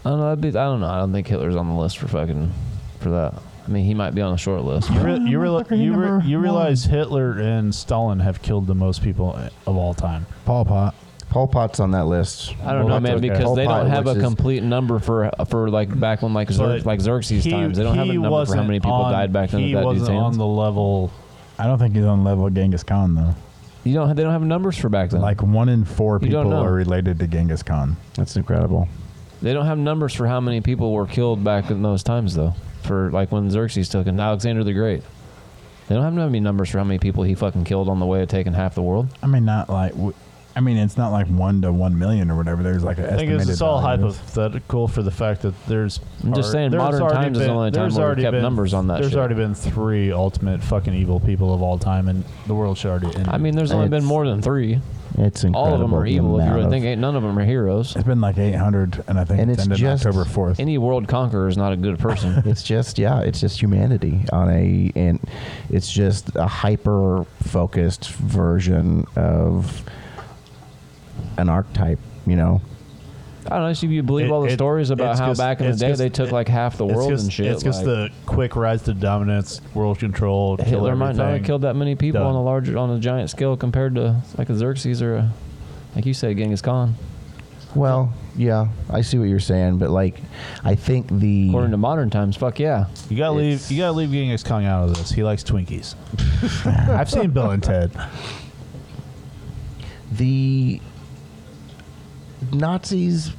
S5: I don't know. That'd be, I don't know. I don't think Hitler's on the list for fucking for that. I mean, he might be on the short list.
S6: You re- you, reali-
S4: motherfucker, he
S6: you, re-
S4: never
S6: you
S4: won.
S6: realize Hitler and Stalin have killed the most people eh, of all time.
S4: Paul Pot.
S3: Pol Pot's on that list.
S5: I don't know,
S6: Well,
S5: man,
S6: that's okay.
S5: because they
S3: Popeye,
S5: don't have a
S3: which is-
S5: complete number for for like back when like Xer-
S6: But
S5: like Xerxes
S6: he-
S5: times. They don't have a
S6: he
S5: number for how
S6: wasn't
S5: many people
S6: on-
S5: died back then.
S6: He
S5: at that dude's
S6: wasn't on
S5: hands.
S6: the level.
S4: I don't think he's on the level of Genghis Khan though.
S5: you don't. They don't have numbers for back then.
S4: Like one in four
S5: You don't
S4: people
S5: know.
S4: are related to Genghis Khan.
S3: That's incredible.
S5: they don't have numbers for how many people were killed back in those times though. For like when Xerxes took and Alexander the Great. They don't have any numbers for how many people he fucking killed on the way of taking half the world.
S4: I mean, not like. W- I mean, it's not like one to one million or whatever. There's like an
S6: I think
S4: estimated.
S6: it's, it's all
S4: values.
S6: hypothetical for the fact that there's.
S5: I'm just
S6: are-
S5: saying
S6: there's
S5: modern
S6: already
S5: times is the
S6: been-
S5: only time
S6: there's
S5: where we
S6: already
S5: kept
S6: been-
S5: numbers on that
S6: There's
S5: shit.
S6: already been three ultimate fucking evil people of all time, and the world should already. End.
S5: I mean, there's only been
S3: It's-
S5: more than three.
S3: It's incredible.
S5: All of them are
S3: the
S5: evil. If you
S3: amount
S5: really
S3: of-
S5: think, ain't none of them are heroes.
S4: It's been like 800, and I think
S3: And
S4: it's,
S3: it's
S4: ended
S3: just-
S4: October 4th.
S5: Any world conqueror is not a good person.
S3: It's just yeah, it's just humanity on a and it's just a hyper focused version of an archetype, you know.
S5: I don't know. So you believe
S6: It-
S5: all the
S6: it-
S5: stories about
S6: it's
S5: how
S6: just-
S5: back in the
S6: it's
S5: day
S6: just-
S5: they took
S6: it-
S5: like half the
S6: it's
S5: world
S6: just-
S5: and shit.
S6: It's just
S5: like,
S6: the quick rise to dominance, world control. kill
S5: Hitler might not have
S6: everything.
S5: killed that many people on
S6: Done.
S5: a large on a giant scale compared to like a Xerxes or a, like you said, Genghis Khan.
S3: Well, yeah, I see what you're saying, but like I think the
S5: According
S6: Mm.
S5: to modern times, fuck yeah.
S6: You gotta leave.
S3: It's-
S6: You gotta leave Genghis Khan out of this. He likes Twinkies. I've seen Bill and Ted.
S3: the Nazis, uh,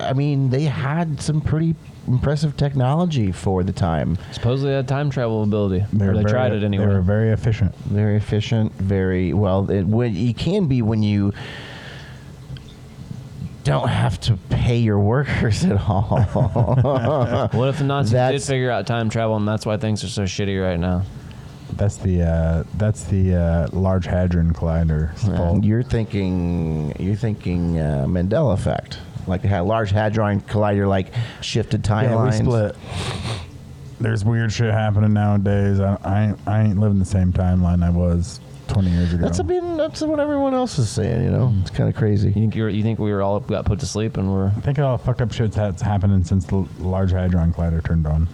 S3: I mean, they had some pretty impressive technology for the time.
S5: Supposedly they had time travel ability. Or They,
S4: were very-
S5: tried it anyway.
S4: They were very efficient.
S3: Very efficient, very well. It, when, it can be when you don't have to pay your workers at all.
S5: What if the Nazis did
S3: That's-
S5: figure out time travel, and that's why things are so shitty right now?
S4: That's the uh, that's the uh, Large Hadron Collider.
S3: Uh, you're thinking you're thinking uh, Mandela effect, like how large hadron collider like shifted
S4: yeah, we
S3: timelines.
S4: split. There's weird shit happening nowadays. I, I ain't- I ain't living the same timeline I was 20 years ago.
S3: That's a bit, that's what everyone else is saying. You
S7: Mm.
S3: know, it's kind of
S5: You
S3: crazy.
S5: think you're, you think we were all got put to sleep and we're?
S4: I think all the fucked up shit that's happening since the Large Hadron Collider turned on.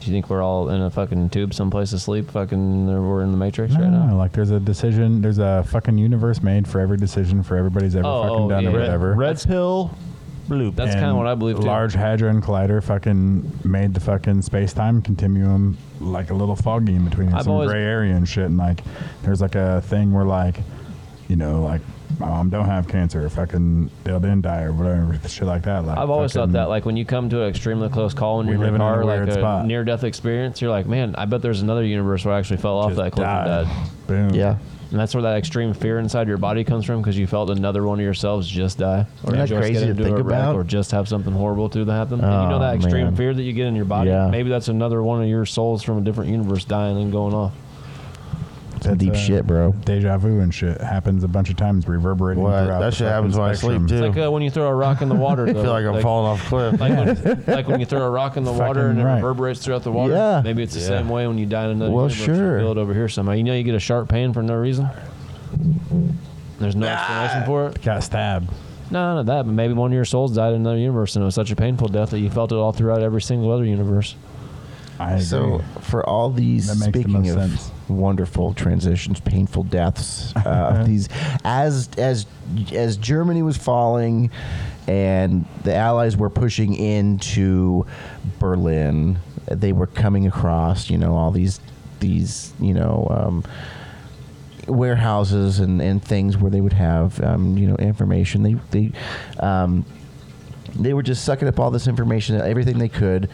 S5: Do you think we're all in a fucking tube someplace asleep? Fucking, or we're in the Matrix
S4: No,
S5: right
S4: no,
S5: now.
S4: like there's a decision. There's a fucking universe made for every decision for everybody's ever
S5: Oh,
S4: fucking
S5: oh,
S4: done
S5: yeah.
S4: or
S5: Red-
S4: whatever.
S6: Red pill, blue. pill.
S5: That's kind of
S4: And
S5: what I believe too.
S4: Large Hadron Collider fucking made the fucking space time continuum like a little foggy in between. There's
S5: I've
S4: some
S5: always-
S4: gray area and shit. And like, there's like a thing where like, you know, like my mom don't have cancer. Fucking they'll then die or whatever. Shit like that. Like
S5: I've always thought
S4: fucking-
S5: that, like when you come to an extremely close call and
S4: We
S5: you're in
S4: live
S5: a
S4: in a
S5: car, like
S4: weird
S5: a
S4: spot.
S5: near-death experience, you're like, man, I bet there's another universe where I actually fell off
S4: just
S5: that cliff
S4: die.
S5: and died.
S4: Boom.
S3: Yeah,
S5: And that's where that extreme fear inside your body comes from because you felt another one of yourselves just die,
S3: Isn't
S5: or
S3: that
S5: just get
S3: crazy to
S5: into
S3: think
S5: a wreck,
S3: about?
S5: or just have something horrible to happen. And you know
S3: Oh,
S5: that extreme
S3: man.
S5: fear that you get in your body.
S3: Yeah.
S5: Maybe that's another one of your souls from a different universe dying and going off.
S3: some deep
S4: uh,
S3: shit, bro.
S4: Deja vu and shit happens a bunch of times, reverberating.
S7: What?
S4: throughout
S7: That
S4: the
S7: shit
S4: fucking
S7: happens when I sleep,
S4: spectrum.
S7: too.
S5: It's like uh, when you throw a rock in the water.
S7: I feel
S5: though.
S7: like I'm falling off a cliff.
S5: Like when, like when you throw a rock in the water and it
S4: Fucking right.
S5: reverberates throughout the water.
S3: Yeah.
S5: Maybe it's the same way when you die in another
S3: Well,
S5: universe, you
S3: sure.
S5: feel it over here somehow. You know, you get a sharp pain for no reason. There's no explanation for it.
S4: Got stabbed.
S5: No, not that. But maybe one of your souls died in another universe, and it was such a painful death that you felt it all throughout every single other universe.
S4: I agree.
S3: So for all these,
S4: That makes the
S3: speaking
S4: most
S3: of
S4: sense.
S3: wonderful transitions, painful deaths, uh, of these as as as Germany was falling, and the Allies were pushing into Berlin, they were coming across, you know, all these these you know. Um, warehouses and, and things where they would have um, you know information they they um, they were just sucking up all this information, everything they could,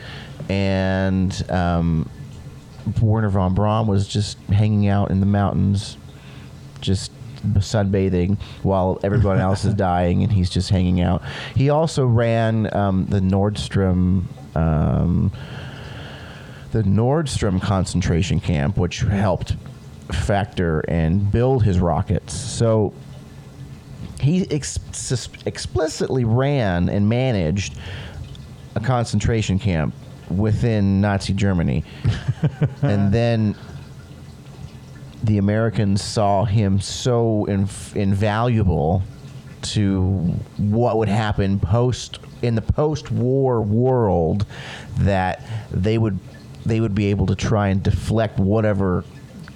S3: and um, Werner von Braun was just hanging out in the mountains, just sunbathing while everyone else is dying, and he's just hanging out. He also ran um, the Nordstrom. Um, the Nordstrom concentration camp, which helped factor and build his rockets. So he ex- sus- explicitly ran and managed a concentration camp within Nazi Germany. and then the Americans saw him so inv- invaluable to what would happen post in the post-war world that they would they would be able to try and deflect whatever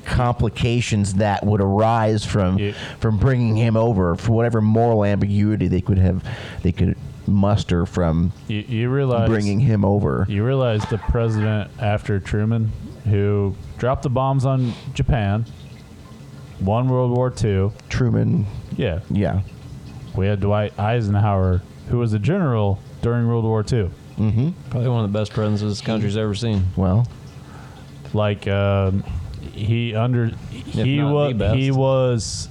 S3: complications that would arise from
S6: Yeah.
S3: from bringing him over for whatever moral ambiguity they could have they could muster from
S6: You, you realize
S3: bringing him over
S6: You realize the president after Truman, who dropped the bombs on Japan, won World War II.
S3: Truman
S6: Yeah.
S3: yeah
S6: We had Dwight Eisenhower, who was a general during World War II.
S5: Probably one of the best presidents this country's ever seen.
S3: well
S6: Like, um, he under he
S5: not
S6: was
S5: the best.
S6: he was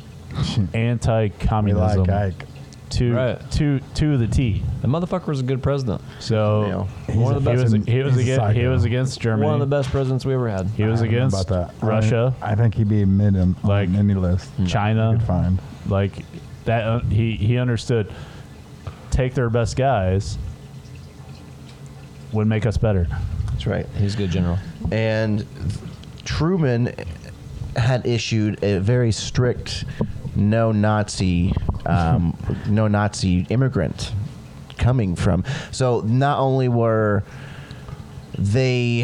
S4: we
S6: anti-communism
S4: like Ike.
S6: to
S5: Right.
S6: to to the T.
S5: The motherfucker was a good president.
S6: So
S5: One of the
S6: he
S5: best.
S6: was he was
S4: he's a
S6: against he
S4: psycho.
S6: was against Germany.
S5: One of the best presidents we ever had.
S6: he was
S4: I don't know
S6: against
S4: about that. I-
S6: Russia,
S4: I, think he'd be mid on
S6: Like,
S4: like any list.
S6: China.
S4: Could find.
S6: like that uh, he he understood take their best guys would make us better
S3: that's right
S5: He's a good general.
S3: and Truman had issued a very strict no Nazi um, no Nazi immigrant coming from. So not only were they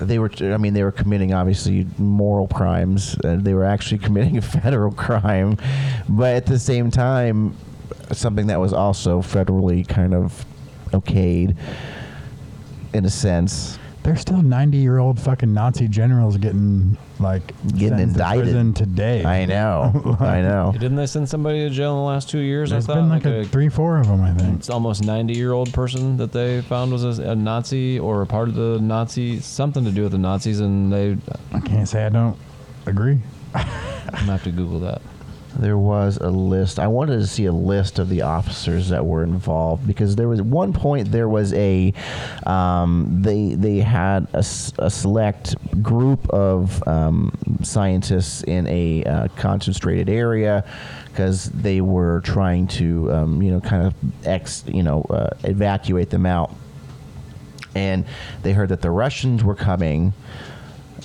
S3: they were I mean they were committing obviously moral crimes uh, they were actually committing a federal crime but at the same time something that was also federally kind of okayed in a sense
S4: There's still 90 year old fucking Nazi generals getting like
S3: Getting
S4: sentenced to
S3: indicted.
S4: prison today.
S3: I know. I know.
S5: Didn't they send somebody to jail in the last two years?
S4: Oh. There's
S5: I thought
S4: been like, a, three, four of them, I think.
S5: it's almost 90 year old person that they found was a, a Nazi or a part of the Nazi, something to do with the Nazis, and they.
S4: I can't say I don't agree.
S5: I'm gonna have to Google that.
S3: there was a list. I wanted to see a list of the officers that were involved because there was one point there was a um, they they had a, s- a select group of um, scientists in a uh, concentrated area because they were trying to um, you know kind of ex you know uh, evacuate them out and they heard that the Russians were coming.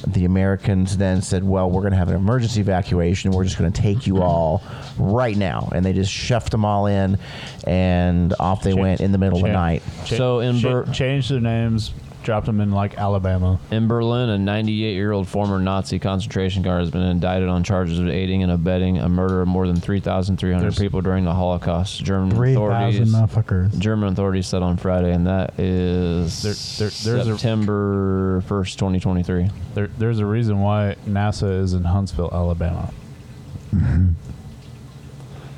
S3: The Americans then said, "Well, we're going to have an emergency evacuation. We're just going to take you all right now." And they just shoved them all in, and off they went in the middle of the night.
S5: So in Bur-
S6: changed their names, dropped them in like Alabama.
S5: In Berlin, a 98 year old former Nazi concentration guard has been indicted on charges of aiding and abetting a murder of more than 3,300 people during the Holocaust. German
S4: Three thousand
S5: authorities.
S4: motherfuckers.
S5: German authorities said on Friday, and that is
S6: There- there- there's a-
S5: September 1st, 2023.
S6: There, there's a reason why NASA is in Huntsville, Alabama.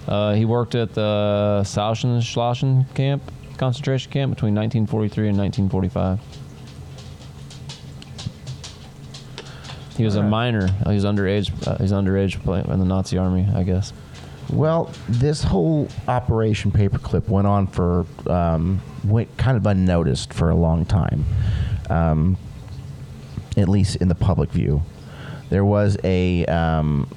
S5: Uh, he worked at the Sauschenschlossen camp, concentration camp, between 1943 and 1945. He was a minor. He was underage. Uh, he was underage playing in the Nazi army, I guess.
S3: Well, this whole Operation Paperclip went on for um, went kind of unnoticed for a long time, um, at least in the public view. There was a um,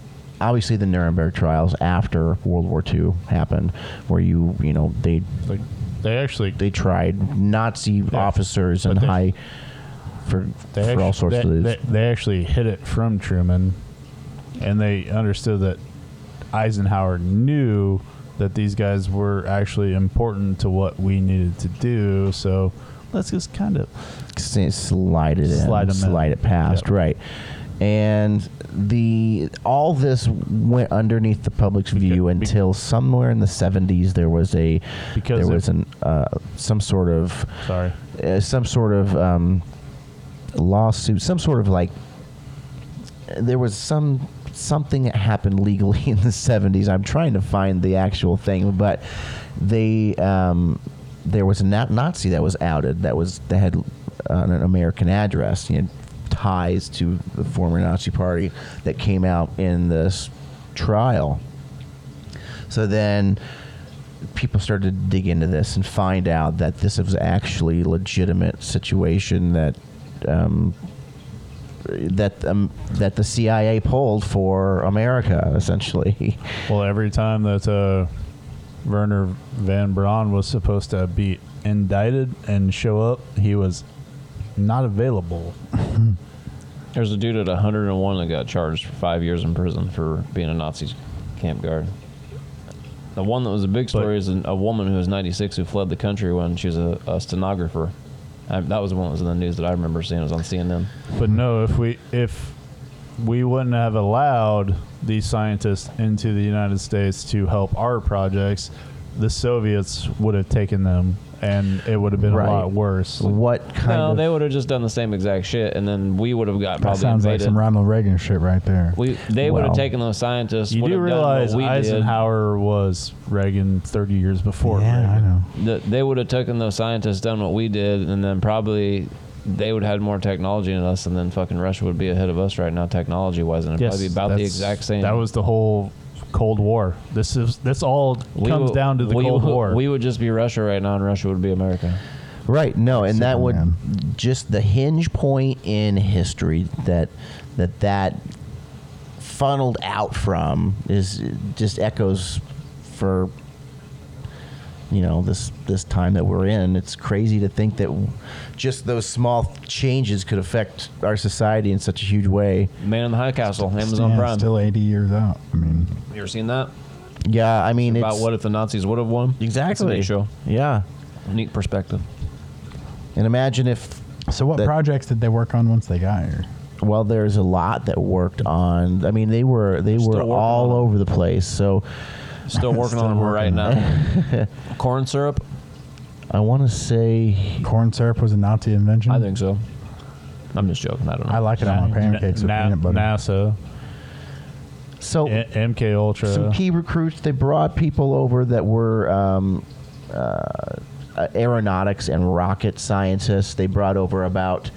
S3: obviously the Nuremberg trials after World War II happened, where you you know they
S6: Like they actually
S3: they tried Nazi officers and
S6: but they-
S3: high for
S6: they
S3: for all
S6: actu-
S3: sorts
S6: they,
S3: of
S6: they, they actually hid it from Truman, and they understood that Eisenhower knew that these guys were actually important to what we needed to do. So let's just kind of
S3: s- slide it in,
S6: Slide 'em in.
S3: slide it past,
S6: Yep.
S3: right? And the all this went underneath the public's view
S6: Beca- be-
S3: until somewhere in the '70s there was a
S6: Because
S3: there
S6: it-
S3: was an uh, some sort of
S6: sorry.
S3: uh, some sort of um, lawsuit, some sort of like there was some something that happened legally in the 70s. I'm trying to find the actual thing, but they um, there was a na- Nazi that was outed that was that had uh, an American address, you know, ties to the former Nazi party that came out in this trial. So then people started to dig into this and find out that this was actually a legitimate situation that um, that um, that the CIA pulled for America essentially.
S6: Well, every time that uh, Werner Van Braun was supposed to be indicted and show up, he was not available.
S5: There's a dude at 101 that got charged for five years in prison for being a Nazi camp guard. The one that was a big story is an, a woman who was 96 who fled the country when she was a, a stenographer. I, that was the one that was in the news that I remember seeing. It was on CNN.
S6: But no, if we if we wouldn't have allowed these scientists into the United States to help our projects, the Soviets would have taken them, and it would have been
S3: Right.
S6: a lot worse.
S3: What kind
S5: No,
S3: of
S5: they would have just done the same exact shit, and then we would have got
S4: That
S5: probably
S4: sounds like
S5: invaded.
S4: some Ronald Reagan shit right there.
S5: we they would
S3: Well,
S5: have taken those scientists.
S6: You
S5: would
S6: do
S5: have done what
S6: realize
S5: we did.
S6: Eisenhower was Reagan 30 years before.
S4: yeah, I
S6: Reagan.
S4: know.
S5: that they would have taken those scientists, done what we did, and then probably they would have had more technology than us, and then fucking Russia would be ahead of us right now, technology wise, and it'd probably be about the
S6: that's-
S5: exact same.
S6: That was the whole Cold War. This is this all comes
S5: would-
S6: down to the
S5: we
S6: Cold
S5: would-
S6: War.
S5: We would just be Russia right now, and Russia would be America.
S3: Right. No, and that would
S4: Superman.
S3: just the hinge point in history that that that funneled out from is just echoes for you know this this time that we're in. It's crazy to think that just those small changes could affect our society in such a huge way.
S5: Man in the High Castle, Amazon
S4: Yeah,
S5: Prime.
S4: Still 80 years out. I mean,
S5: you ever seen that?
S3: Yeah, I mean
S5: About
S3: it's
S5: what if the Nazis would have won? It's a
S3: exactly.
S5: neat show.
S3: Yeah,
S5: Neat perspective.
S3: and imagine if
S4: so what
S3: That-
S4: projects did they work on once they got here?
S3: Well, there's a lot that worked on. I mean, they were they were
S5: working
S3: all
S5: on it.
S3: over the place. So
S5: Still working on them right now. Corn syrup?
S3: I want to say
S4: Corn syrup was a Nazi invention.
S5: I think so. I'm just joking. I don't know.
S4: Hmm. I like it on my pancakes with
S6: Na-
S4: peanut butter.
S6: NASA,
S3: so.
S6: I- MK Ultra.
S3: some key recruits. They brought people over that were um, uh, aeronautics and rocket scientists. They brought over about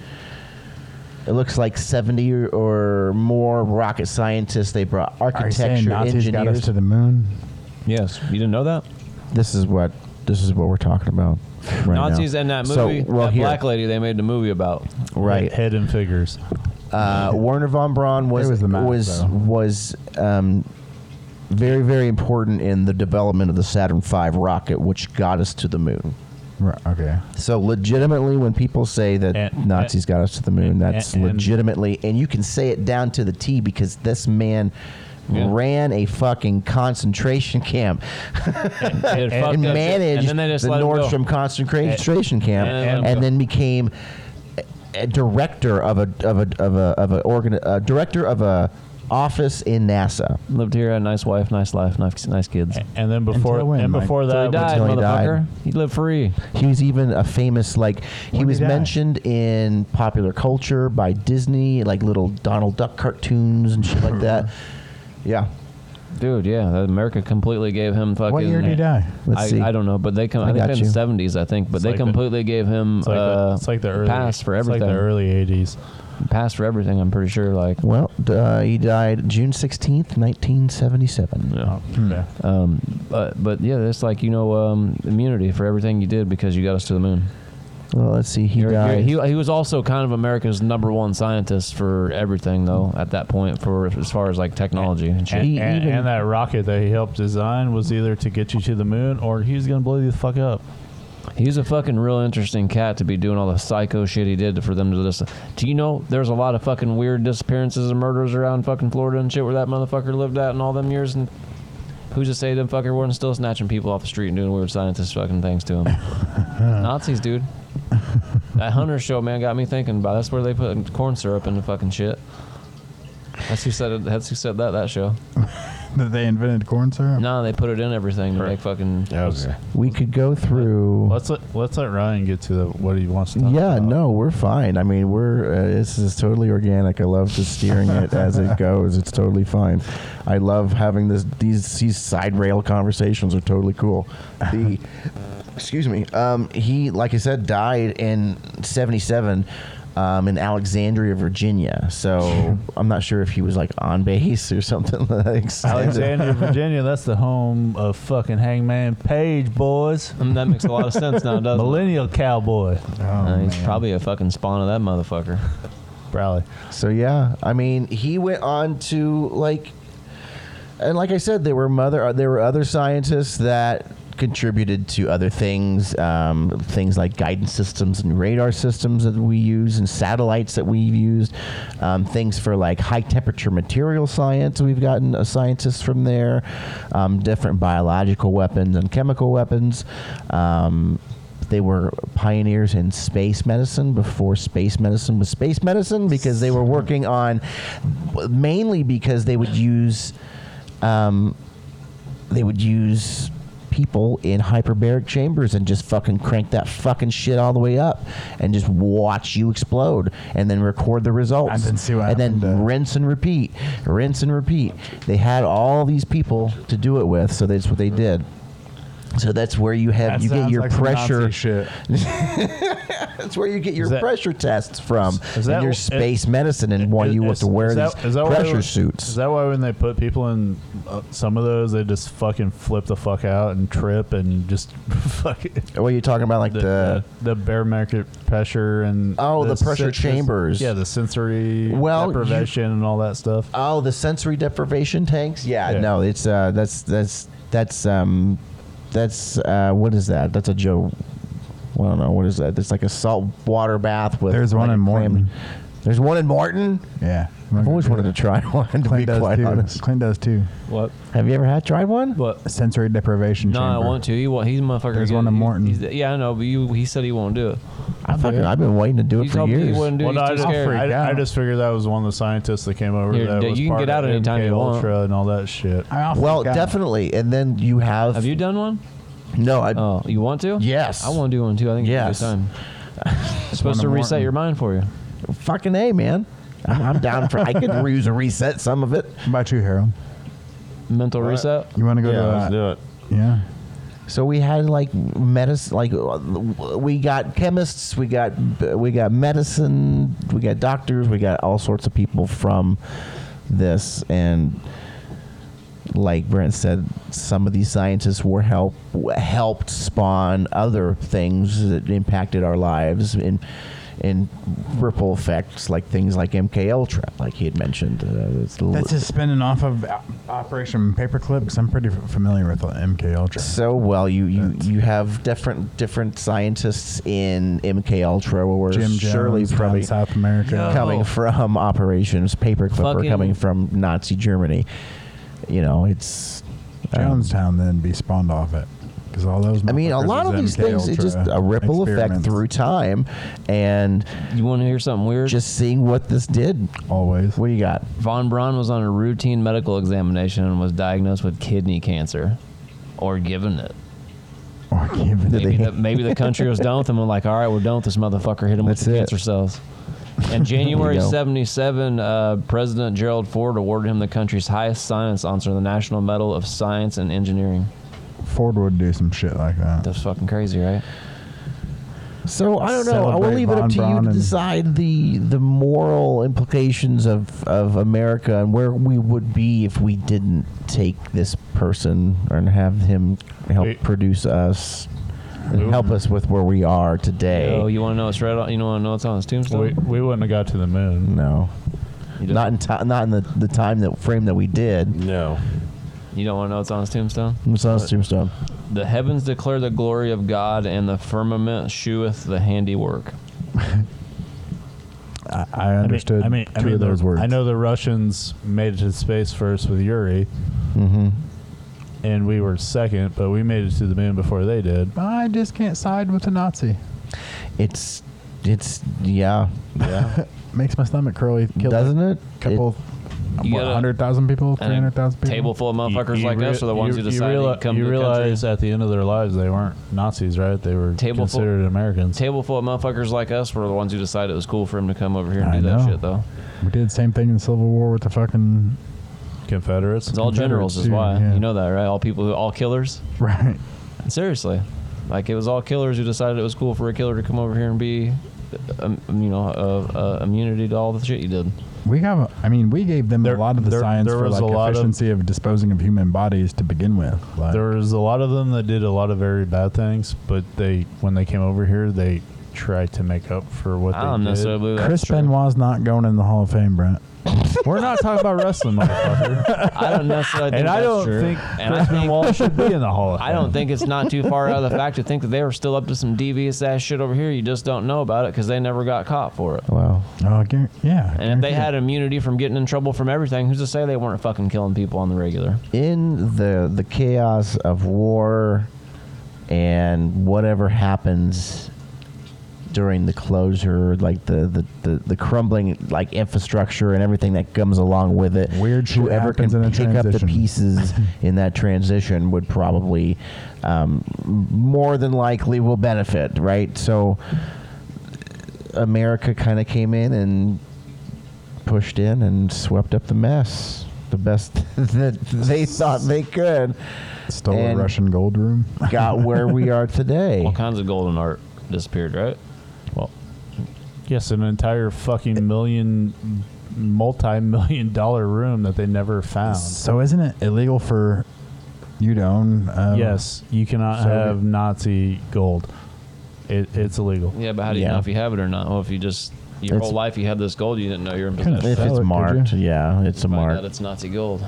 S3: It looks like 70 or- or more rocket scientists. They brought
S4: Are you saying Nazis
S3: architecture
S4: got us
S3: engineers.
S4: to the moon?
S5: Yes, you didn't know that.
S3: this is what this is what we're talking about. Right
S5: Nazis
S3: now.
S5: and that
S3: So,
S5: movie,
S3: well,
S5: that
S3: here,
S5: black lady they made the movie about.
S3: right?
S6: Head and figures.
S3: Uh, Werner von Braun was
S4: There was
S3: was
S4: the map,
S3: was,
S4: though.
S3: um, very very important in the development of the Saturn V rocket, which got us to the moon.
S4: Right, okay.
S3: So legitimately, when people say that
S6: And-
S3: Nazis got us to the moon, that's
S6: and-
S3: legitimately, and you can say it down to the T because this man.
S5: Yeah.
S3: Ran a fucking concentration camp
S5: It
S3: and,
S5: fucked up.
S3: managed
S5: and then they just
S3: the
S5: let 'em go.
S3: Nordstrom concentration camp,
S5: and they let
S3: and,
S5: 'em go.
S3: then became a director of a of a of a of a, organ, a director of a office in NASA.
S5: Lived here, had a nice wife, nice life, nice, nice kids.
S6: And then before
S4: Until when,
S6: and
S4: Mike?
S6: before
S5: So he
S6: that,
S5: died,
S3: until he died.
S5: motherfucker. He lived free.
S3: He was even a famous like he
S4: When
S3: was
S4: did he die?
S3: mentioned in popular culture by Disney, like little Donald Duck cartoons and shit like that. Yeah,
S5: Dude, yeah, that America completely gave him fucking.
S4: What year did he die?
S3: let's
S5: I,
S3: see.
S5: I don't know, but they come.
S3: I
S5: I,
S3: got
S5: think in
S3: you.
S5: the seventies, I think, but
S6: It's
S5: they
S6: like the-
S5: completely gave him
S6: it's like,
S5: uh,
S6: the, it's like the early
S5: pass for everything.
S6: It's like the early eighties.
S5: pass for everything. I'm pretty sure. Like,
S3: Well, d- uh, he died June sixteenth, nineteen seventy-seven.
S5: yeah.
S3: Hmm. Uh,
S5: but but yeah, that's like you know um, immunity for everything you did because you got us to the moon.
S3: Well, let's see. He
S5: You're- you're-
S3: died.
S5: he, he was also kind of America's number one scientist for everything, though. At that point, for as far as like technology and shit.
S6: And,
S3: He
S6: and,
S3: e- even-
S6: and that rocket that he helped design was either to get you to the moon or he was gonna blow you the fuck up.
S5: He's a fucking real interesting cat to be doing all the psycho shit he did for them to just. Do you know there's a lot of fucking weird disappearances and murders around fucking Florida and shit where that motherfucker lived at in all them years? And who's to say them fucker weren't still snatching people off the street and doing weird scientist fucking things to them? Nazis, dude. That Hunter show, man, got me thinking about. That's where they put corn syrup in the fucking shit. That's who said it. That's who said that. That show.
S4: That they invented corn syrup?
S5: No, they put it in everything to make fucking.
S3: we could go through.
S6: Let's let let's let Ryan get to the what he wants to talk
S3: yeah,
S6: about.
S3: no, we're fine. I mean, we're uh, this is totally organic. I love just steering it as it goes. It's totally fine. I love having this. These these side rail conversations are totally cool. The excuse me. Um, he like I said died in '77. Um, in Alexandria, Virginia. So I'm not sure if he was like on base or something like
S6: Alexandria, Virginia, that's the home of fucking Hangman Page, boys.
S5: Mm, that makes a lot of sense now, doesn't it?
S6: Millennial cowboy.
S3: Uh-huh.
S4: Oh,
S5: Uh, he's probably a fucking spawn of that motherfucker.
S6: Probably.
S3: So yeah, I mean, he went on to like, and like I said, there were mother, uh, there were other scientists that contributed to other things, um, things like guidance systems and radar systems that we use, and satellites that we've used, um, things for like high temperature material science. We've gotten a scientist from there, um, different biological weapons and chemical weapons. Um, they were pioneers in space medicine before space medicine was space medicine because they were working on mainly because they would use um, they would use people in hyperbaric chambers and just fucking crank that fucking shit all the way up and just watch you explode and then record the results
S4: And then see what
S3: and then
S4: happened to-
S3: rinse and repeat rinse and repeat they had all these people to do it with so that's what they did so that's where you have you get your pressure
S4: shit.
S3: that's where you get your
S6: Is that-
S3: pressure tests from.
S6: is that-
S3: and your
S6: it-
S3: space medicine and why you have
S6: Is-
S3: to wear
S6: is that-
S3: these
S6: is that why
S3: pressure
S6: when-
S3: suits.
S6: Is that why when they put people in uh, some of those, they just fucking flip the fuck out and trip and just fucking.
S3: what are you talking about? Like
S6: The, uh,
S3: the,
S6: the, the bear market pressure and
S3: Oh, the pressure
S6: senses-
S3: chambers.
S6: yeah the sensory
S3: Well, you-
S6: deprivation and all that stuff
S3: oh the sensory deprivation tanks. Yeah,
S6: Yeah.
S3: no, it's uh, that's that's that's um, that's uh, what is that? That's a Joe. Well, I don't know what is that. It's like a salt water bath with.
S4: There's one
S3: like
S4: in
S3: a clam-
S4: Morton.
S3: There's one in Morton.
S4: Yeah.
S3: I've always wanted to try one. To be
S4: Clint does
S3: quite
S4: too.
S3: honest,
S4: Clint does too.
S5: What?
S3: have you ever had tried one?
S5: What?
S4: Sensory deprivation
S5: No, I
S4: chamber.
S5: want to. He wa- he's a motherfucker.
S4: There's one in
S5: He-
S4: Morton.
S5: he's- yeah, I know, but you, he said he won't do it.
S3: I fucking, I've been waiting to do
S5: He
S3: it for
S5: told me he
S3: years.
S5: wouldn't do it.
S6: Well, no, I,
S5: He's too
S6: just,
S5: scared.
S4: freaked
S6: I, I
S4: out.
S6: just figured that was one of the scientists that came over.
S5: You're-
S6: that
S5: you
S6: was
S5: can
S6: part
S5: get
S6: of
S5: out anytime
S6: MK
S5: you want.
S6: Ultra and all that shit.
S4: I often
S3: Well,
S4: got-
S3: definitely, and then you have.
S5: Have you done one?
S3: No, I,
S5: Oh, you want to?
S3: Yes.
S5: I want to do one too. I think
S3: Yes.
S5: it's a good time. It's supposed
S4: one
S5: to
S4: in
S5: reset
S4: Morton.
S5: your mind for you.
S3: fucking a man. I'm, I'm down for. I could use a reset some of it.
S4: What about you, Harold?
S5: Mental reset.
S4: You want to go to uh,
S7: do it.
S4: Yeah.
S3: So So we had like medicine, like uh, we got chemists, we got we got medicine, we got doctors, we got all sorts of people from this, and like Brent said, some of these scientists were help helped spawn other things that impacted our lives in in ripple effects, like things like MK Ultra, like he had mentioned. Uh, it's l-
S4: That's just spinning off of O- Operation Paperclip because I'm pretty f- familiar with MK Ultra.
S3: so well you, you, you have different different scientists in MK Ultra where we're
S4: Jim
S3: surely
S4: Jones down
S3: probably
S4: in South America.
S5: Yeah.
S3: coming
S5: Oh.
S3: from operations paperclip or
S5: Fucking-
S3: coming from Nazi Germany. You know, it's um,
S4: Jonestown then be spawned off it because all those.
S3: I mean, a
S4: motherfuckers
S3: lot of
S4: is
S3: these
S4: MK
S3: things, it's just
S4: Ultra
S3: a ripple effect
S4: experiments.
S3: through time, and
S5: You want to hear something weird?
S3: just seeing what this did.
S4: always.
S3: What do you got?
S5: Von Braun was on a routine medical examination and was diagnosed with kidney cancer, or given it.
S4: Or give it-
S5: Maybe
S3: they-
S5: the, maybe the country was done with him and like, all right, we're done with this motherfucker. Hit him
S3: That's
S5: with the
S3: it.
S5: cancer cells. In January
S3: There you go.
S5: '77, uh, President Gerald Ford awarded him the country's highest science honor, the National Medal of Science and Engineering.
S4: Ford would do some shit like that.
S5: That's fucking crazy, right?
S3: So I don't know. I will
S4: Celebrate
S3: leave it
S4: Von
S3: up to you
S4: Braun
S3: to
S4: and-
S3: decide the the moral implications of of America and where we would be if we didn't take this person and have him help
S6: Wait.
S3: produce us and help us with where we are today.
S5: Oh, you want to know what's right on? You want to know what's on his tombstone?
S6: We, we wouldn't have got to the moon.
S3: no,
S5: You don't-
S3: not in ti not in the, the time that frame that we did.
S7: No.
S5: you don't want to know what's on his tombstone?
S3: What's on his tombstone?
S5: The heavens declare the glory of God, and the firmament sheweth the handiwork.
S4: I, I understood
S6: I mean,
S4: two
S6: I mean,
S4: of those
S6: the-
S4: words.
S6: I know the Russians made it to space first with Yuri, and we were second, but we made it to the moon before they did.
S4: I just can't side with the Nazi.
S3: It's it's yeah,
S4: Yeah, makes my stomach curly. Killed
S3: doesn't
S4: a
S3: it?
S4: Couple,
S5: You
S4: what,
S5: gotta-
S4: hundred thousand people, three
S5: And a
S4: hundred thousand people.
S5: Table full of motherfuckers
S6: You- you
S5: like
S6: rea-
S5: us are the ones
S6: you-
S5: who decided
S6: you, reala-
S5: to come
S6: you
S5: to the country.
S6: realize at the end of their lives they weren't Nazis, right? They were
S5: Table full-
S6: considered Americans.
S5: table full of motherfuckers like us were the ones who decided it was cool for him to come over here and
S4: I
S5: do
S4: know.
S5: that shit, though.
S4: We did the same thing in the Civil War with the fucking
S6: Confederates.
S5: It's all generals, is
S4: too,
S5: why
S4: yeah.
S5: you know that, right? All people, who, all killers.
S4: right.
S5: Seriously, like it was all killers who decided it was cool for a killer to come over here and be, um, you know, uh, uh, immunity to all the shit you did.
S4: We have, I mean, we gave them
S6: There-
S4: a lot of the
S6: there-
S4: science
S6: there
S4: for
S6: was
S4: like
S6: a lot of-
S4: efficiency of, disposing of human bodies to begin with. Like,
S6: There was a lot of them that did a lot of very bad things, but they when they came over here, they tried to make up for what
S5: I don't
S6: they did.
S5: necessarily believe that's
S4: Chris
S5: true.
S4: Benoit's not going in the Hall of Fame, Brent.
S6: We're not talking about wrestling, motherfucker.
S5: I don't necessarily. think
S6: and I
S5: that's
S6: don't
S5: true.
S6: think
S5: And I
S6: Chris
S5: think-
S6: Benoit should be in the Hall of
S5: I don't think it's not too far out of the fact to think that they were still up to some devious ass shit over here. You just don't know about it because they never got caught for it.
S3: Wow.
S4: Oh, gar- yeah.
S5: And if they
S4: guaranteed.
S5: had immunity from getting in trouble from everything, who's to say they weren't fucking killing people on the regular?
S3: in the the chaos of war and whatever happens during the closure like the the, the, the crumbling like infrastructure and everything that comes along with it
S4: Weird shit
S3: whoever can
S4: happens in a
S3: pick up the
S4: transition.
S3: pieces in that transition would probably um, more than likely will benefit right so america kind of came in and pushed in and swept up the mess the best that they thought they could
S4: stole a
S3: and-
S4: Russian gold room.
S3: got where we are today
S5: All kinds of golden art disappeared, right? Well,
S6: Yes, an entire fucking million, multi-million dollar room that they never
S5: Oh.
S6: found.
S4: So isn't it illegal for you to own? Uh,
S6: yes, you cannot
S4: so-
S6: have Nazi gold. It, it's illegal.
S5: yeah, but how do you
S3: Yeah.
S5: know if you have it or not? Well, if you just your
S3: It's-
S5: whole life you had this gold, you didn't know you're in
S4: Kinda
S5: possession.
S3: if
S4: sell it,
S3: it's
S4: could
S3: marked yeah it's a
S5: Find
S3: mark
S5: out it's Nazi gold.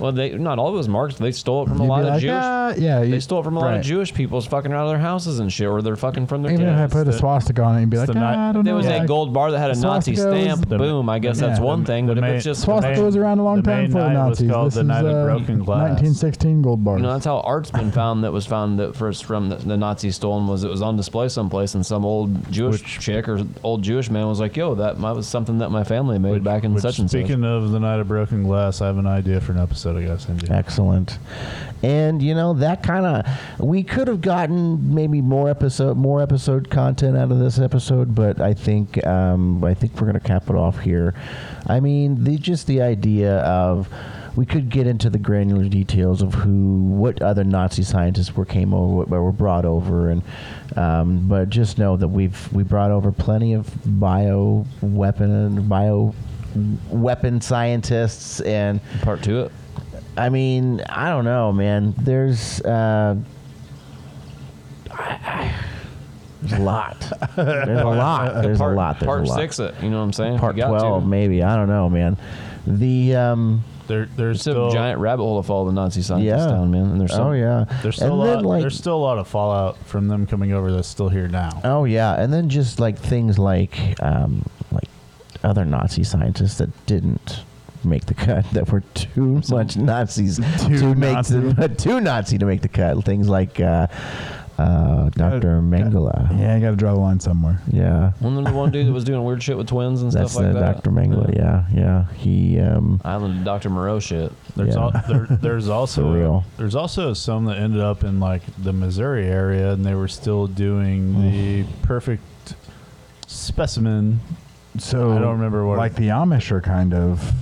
S5: Well, they not all of it was marked. They stole it from
S4: You'd
S5: a
S4: be
S5: lot of
S4: like,
S5: Jewish.
S4: "Ah, yeah,
S5: They
S4: you-
S5: stole it from a lot
S4: right.
S5: of Jewish people's fucking out of their houses and shit, or they're fucking from their.
S4: Even if I
S5: kids.
S4: put a
S6: the-
S4: swastika on it and be like, "Ah,
S6: the ni-
S4: I don't
S5: there
S4: know.
S5: was
S4: like,
S5: a gold bar that had a Nazi
S4: swastikas,
S5: stamp.
S6: the-
S5: Boom. I guess
S4: yeah,
S5: that's one
S6: the-
S5: thing. But if
S6: the main-
S5: it's just
S6: Swast-
S4: Swastika was around a long
S6: the
S4: time
S6: main
S4: for the
S6: night was
S4: Nazis.
S6: called
S4: This
S6: the
S4: is
S6: Night of
S4: uh,
S6: Broken Glass.
S4: 1916 gold bars.
S5: You know, that's how art's been found that was found that first from the, the Nazi stolen was it was on display someplace and some old Jewish chick or old Jewish man was like, "Yo, that my, was something that my family made back in
S6: Which,
S5: such and such."
S6: speaking of the night of broken glass, I have an idea for an episode I gotta send you.
S3: Excellent. And you know that kind of we could have gotten maybe more episode more episode content out of this episode, but I think um, I think we're gonna cap it off here. I mean, the, just the idea of we could get into the granular details of who, what other Nazi scientists were came over, what were brought over, and um, but just know that we've we brought over plenty of bio weapon bio weapon scientists and
S5: Part to it.
S3: I mean, I don't know, man. There's uh, there's a lot. There's a lot. There's
S5: Uh, part,
S3: a lot. There's
S5: part
S3: a lot.
S5: six it. You know what I'm saying?
S3: part
S5: You got to.
S3: twelve, maybe. I don't know, man. The um,
S6: There, there's
S5: It's a
S6: still
S5: giant rabbit hole to follow the Nazi scientists
S3: yeah,
S5: down, man. And there's
S3: oh
S5: some-
S3: yeah,
S6: There's still,
S3: and
S6: a
S3: then,
S6: lot,
S3: like,
S6: there's still a lot of fallout from them coming over that's still here now.
S3: oh yeah, and then just like things like um, like other Nazi scientists that didn't make the cut that were too much Nazis to make the too Nazi to make the cut. Things like uh, uh, Dr. Mengele.
S4: Yeah, I got to draw the line somewhere.
S3: Yeah.
S5: One of the one dude that was doing weird shit with twins and
S3: That's
S5: stuff like
S3: the
S5: that.
S3: Dr. Mengele. Yeah. yeah, He um
S5: Island of Dr. Moreau shit.
S6: There's
S3: Yeah.
S6: al- there, there's also
S3: For real.
S6: there's also some that ended up in like the Missouri area, and they were still doing the perfect specimen.
S4: So
S6: I don't remember what-
S4: Like the Amish are kind of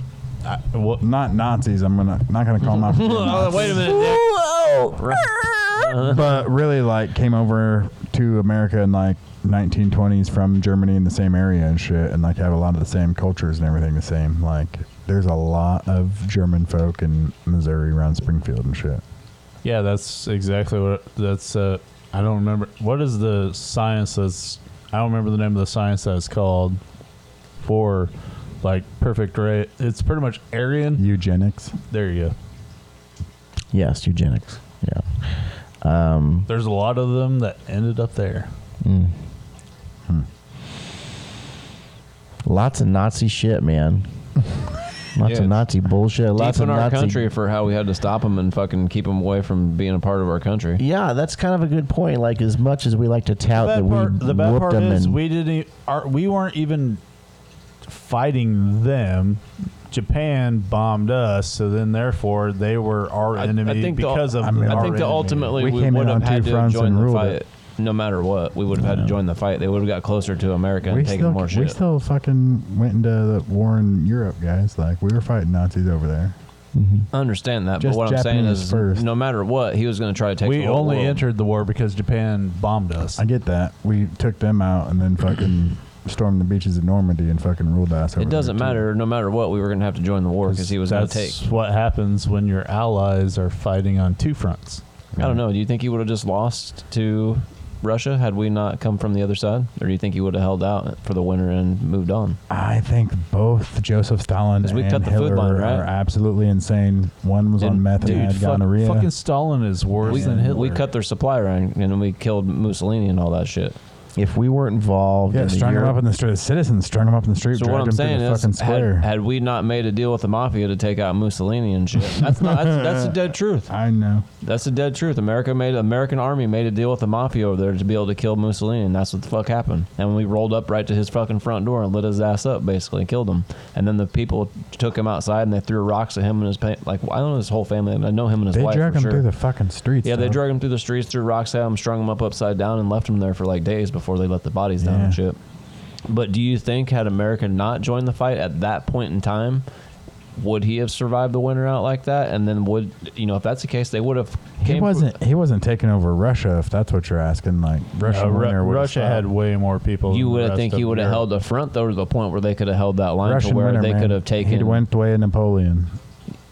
S6: I, what,
S4: not Nazis. I'm gonna not gonna call them out for being Nazis,
S5: Oh, wait a minute.
S4: but really like came over to America in like 1920s from Germany in the same area and shit, and like have a lot of the same cultures and everything the same. Like there's a lot of German folk in Missouri around Springfield and shit.
S6: yeah, that's exactly what. That's uh, I don't remember what is the science that's. I don't remember the name of the science that's called for like perfect rate. It's pretty much Aryan.
S4: Eugenics.
S6: There you go.
S3: yes, eugenics. Yeah.
S6: There's a lot of them that ended up there.
S3: Lots of Nazi shit, man. Lots
S5: Yeah.
S3: of Nazi bullshit. Lots
S5: Deep in
S3: of
S5: our
S3: Nazi
S5: country for how we had to stop them and fucking keep them away from being a part of our country.
S3: Yeah, that's kind of a good point. Like as much as we like to tout
S6: bad
S3: that we
S6: part, the bad
S3: whooped
S6: part
S3: them
S6: is
S3: and
S6: we didn't. e- Our, we weren't even fighting them. Japan bombed us, so then therefore they were our
S5: I- I
S6: enemy
S5: think the-
S6: because of.
S4: I mean,
S6: our
S4: I
S5: I think that
S6: enemy.
S5: ultimately
S4: We
S5: we,
S4: came in
S5: would
S4: on
S5: have had
S4: two
S5: to
S4: fronts
S5: join
S4: and
S5: the
S4: ruled
S5: fight.
S4: it.
S5: No matter what, we would have had to join the fight. They would have got closer to America and
S4: we
S5: taken
S4: still,
S5: more
S4: we
S5: shit.
S4: still fucking went into the war in Europe, guys. Like we were fighting Nazis over there.
S5: I understand that, but
S4: Just
S5: what I'm saying
S4: Japanese
S5: is,
S4: first.
S5: no matter what, he was going to try to take.
S6: we
S5: the whole
S6: only
S5: world.
S6: entered the war because Japan bombed us.
S4: I get that. We took them out and then fucking stormed the beaches of Normandy and fucking ruled us. Over
S5: It doesn't
S4: there, too.
S5: matter. No matter what, we were going to have to join the war because he was going to take.
S6: That's what happens when your allies are fighting on two fronts.
S5: I don't know. Do you think he would have just lost to Russia had we not come from the other side, or do you think he would have held out for the winter and moved on?
S4: I think both Joseph Stalin
S5: 'Cause we
S4: and
S5: cut the food
S4: Hitler
S5: line, right?
S4: are absolutely insane. One was on
S5: Didn't-
S4: meth and
S5: dude,
S4: had
S5: fuck-
S4: gonorrhea.
S6: Fucking Stalin is worse
S5: We,
S6: than Hitler.
S5: we cut their supply line and then we killed Mussolini and all that shit.
S3: if we weren't involved
S4: yeah,
S3: in the
S4: strung them
S3: Europe-
S4: up in the street. The citizens strung them up in the street.
S5: So
S4: dragged
S5: what I'm
S4: them
S5: saying
S4: through the
S5: is,
S4: fucking square.
S5: had, had we not made a deal with the mafia to take out Mussolini and shit, that's not that's, that's a dead truth.
S4: I know.
S5: That's a dead truth. America made American army made a deal with the mafia over there to be able to kill Mussolini, and that's what the fuck happened. And we rolled up right to his fucking front door and lit his ass up, basically, and killed him. And then the people took him outside and they threw rocks at him and his pa- like I don't know his whole family. I know him and his
S4: They
S5: wife.
S4: dragged them
S5: for sure.
S4: through the fucking streets.
S5: yeah, they
S4: dog.
S5: dragged him through the streets, threw rocks at him, strung him up upside down, and left him there for like days before they let the bodies down and
S4: Yeah.
S5: shit. But do you think had America not joined the fight at that point in time, would he have survived the winter out like that? And then would you know if that's the case, they would have.
S4: He
S5: came-
S4: wasn't. He wasn't taking over Russia, if that's what you're asking. Like Russia,
S6: Uh, Ru-
S4: winter would've
S6: Russia had
S4: stopped.
S6: way more people.
S5: You
S6: than the
S5: would
S6: rest
S5: think
S6: of
S5: you would have
S6: Europe.
S5: held the front though to the point where they could have held that line
S4: Russian
S5: to where
S4: winter,
S5: they
S4: man.
S5: could have taken.
S4: He went the way of Napoleon.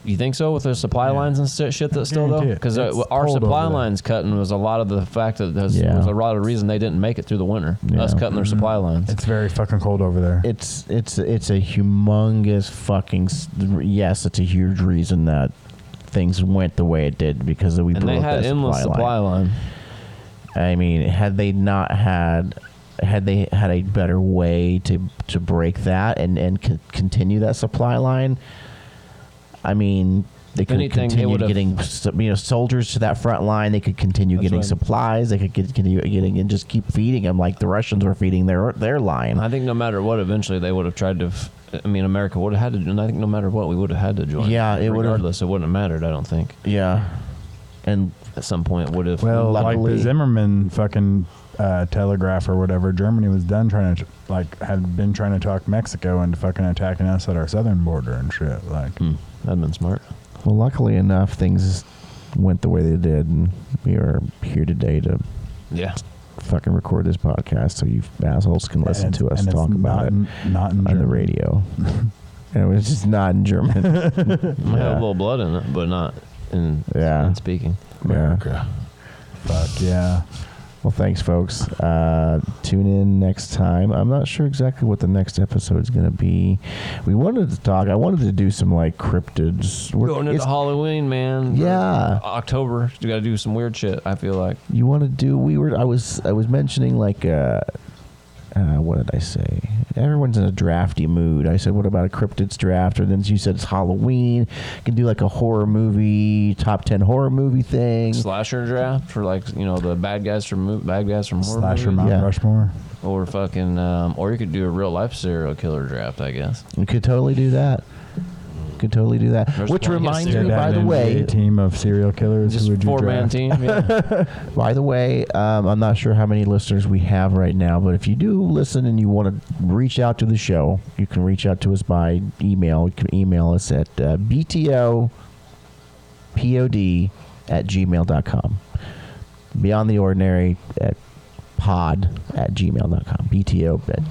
S5: You think so with the supply lines and st- shit that's still though?
S4: Guarantee it.
S5: Because
S4: It's
S5: our
S4: cold
S5: supply
S4: over there.
S5: lines cutting was a lot of the fact that there's,
S3: Yeah.
S5: was a lot of reason they didn't make it through the winter. Us
S3: Yeah.
S5: cutting
S4: Mm-hmm.
S5: their supply lines.
S4: It's very fucking cold over there.
S3: it's it's it's a humongous fucking s- yes, it's a huge reason that things went the way it did because we
S5: and
S3: broke
S5: they had
S3: that
S5: endless
S3: supply line.
S5: supply line.
S3: I mean, had they not had had they had a better way to to break that and and c- continue that supply line, I mean, they could
S5: anything, they
S3: continue
S5: would've-
S3: getting s- you know soldiers to that front line. They could continue
S5: That's
S3: getting
S5: right.
S3: supplies. They could get, continue getting and just keep feeding them like the Russians were feeding their their line.
S5: I think no matter what, eventually they would have tried to. F- I mean, America would have had to. And I think no matter what, we would have had to join.
S3: Yeah, it would've-
S5: regardless. It wouldn't have mattered. I don't think
S3: yeah, and
S5: at some point would have.
S4: Well, like
S3: Luckily-
S4: the Zimmerman fucking uh, telegraph or whatever, Germany was done trying to like had been
S3: Hmm.
S4: trying to talk Mexico into fucking attacking us at our southern border and shit. Like
S5: that'd been smart.
S3: Well, luckily enough, things went the way they did, and we are here today to
S5: Yeah.
S3: fucking record this podcast so you assholes can listen
S4: And-
S3: to us
S4: and it's
S3: talk about
S4: not
S3: it
S4: in- Not in
S3: on the
S4: German.
S3: radio. and it was just not in German.
S5: Might have
S3: Yeah.
S5: a little blood in it, but not in,
S3: Yeah.
S5: in speaking.
S3: yeah.
S4: America. Fuck yeah.
S3: Well, thanks, folks. Uh, tune in next time. I'm not sure exactly what the next episode is going to be. We wanted to talk. I wanted to do some like cryptids. We're-
S5: Going into
S3: it's-
S5: Halloween, man.
S3: Yeah.
S5: October. You got to do some weird shit, I feel like.
S3: you want to do? We were. I was. I was mentioning like. Uh, uh, what did I say? Everyone's in a drafty mood. I said, "What about a cryptids draft?" And then you said it's Halloween. You can do like a horror movie, top ten horror movie thing.
S5: Slasher draft for like, you know, the bad guys from mo- bad guys from horror
S4: Slasher Mount
S5: movies.
S3: Yeah.
S4: Rushmore.
S5: Or fucking, um, or you could do a real life serial killer draft, I guess.
S3: We could totally do that. Could totally do that.
S5: There's
S3: Which
S5: plenty of
S3: reminds
S5: serial
S3: me,
S5: Yeah,
S3: by
S4: Dead
S3: the
S4: NBA
S3: way,
S4: team of serial killers.
S5: Just
S4: who would you
S5: four man
S4: draft?
S5: team. Yeah.
S3: By the way, um, I'm not sure how many listeners we have right now, but if you do listen and you want to reach out to the show, you can reach out to us by email. You can email us at uh, btopod at gmail.com. Beyond the Ordinary at pod at gmail.com. bto at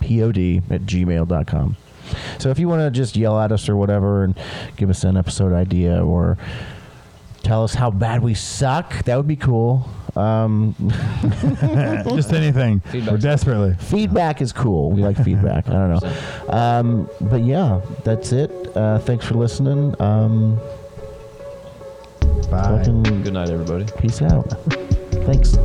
S3: pod at gmail.com. So if you want to just yell at us or whatever and give us an episode idea or tell us how bad we suck. That would be cool. Um,
S4: Just anything.
S5: Feedback's-
S4: We're desperately.
S3: feedback is cool. We like feedback. I don't know. Um, but yeah, that's it. Uh, thanks for listening. Um,
S4: Bye.
S3: fucking
S5: Good night, everybody.
S3: peace out. Thanks.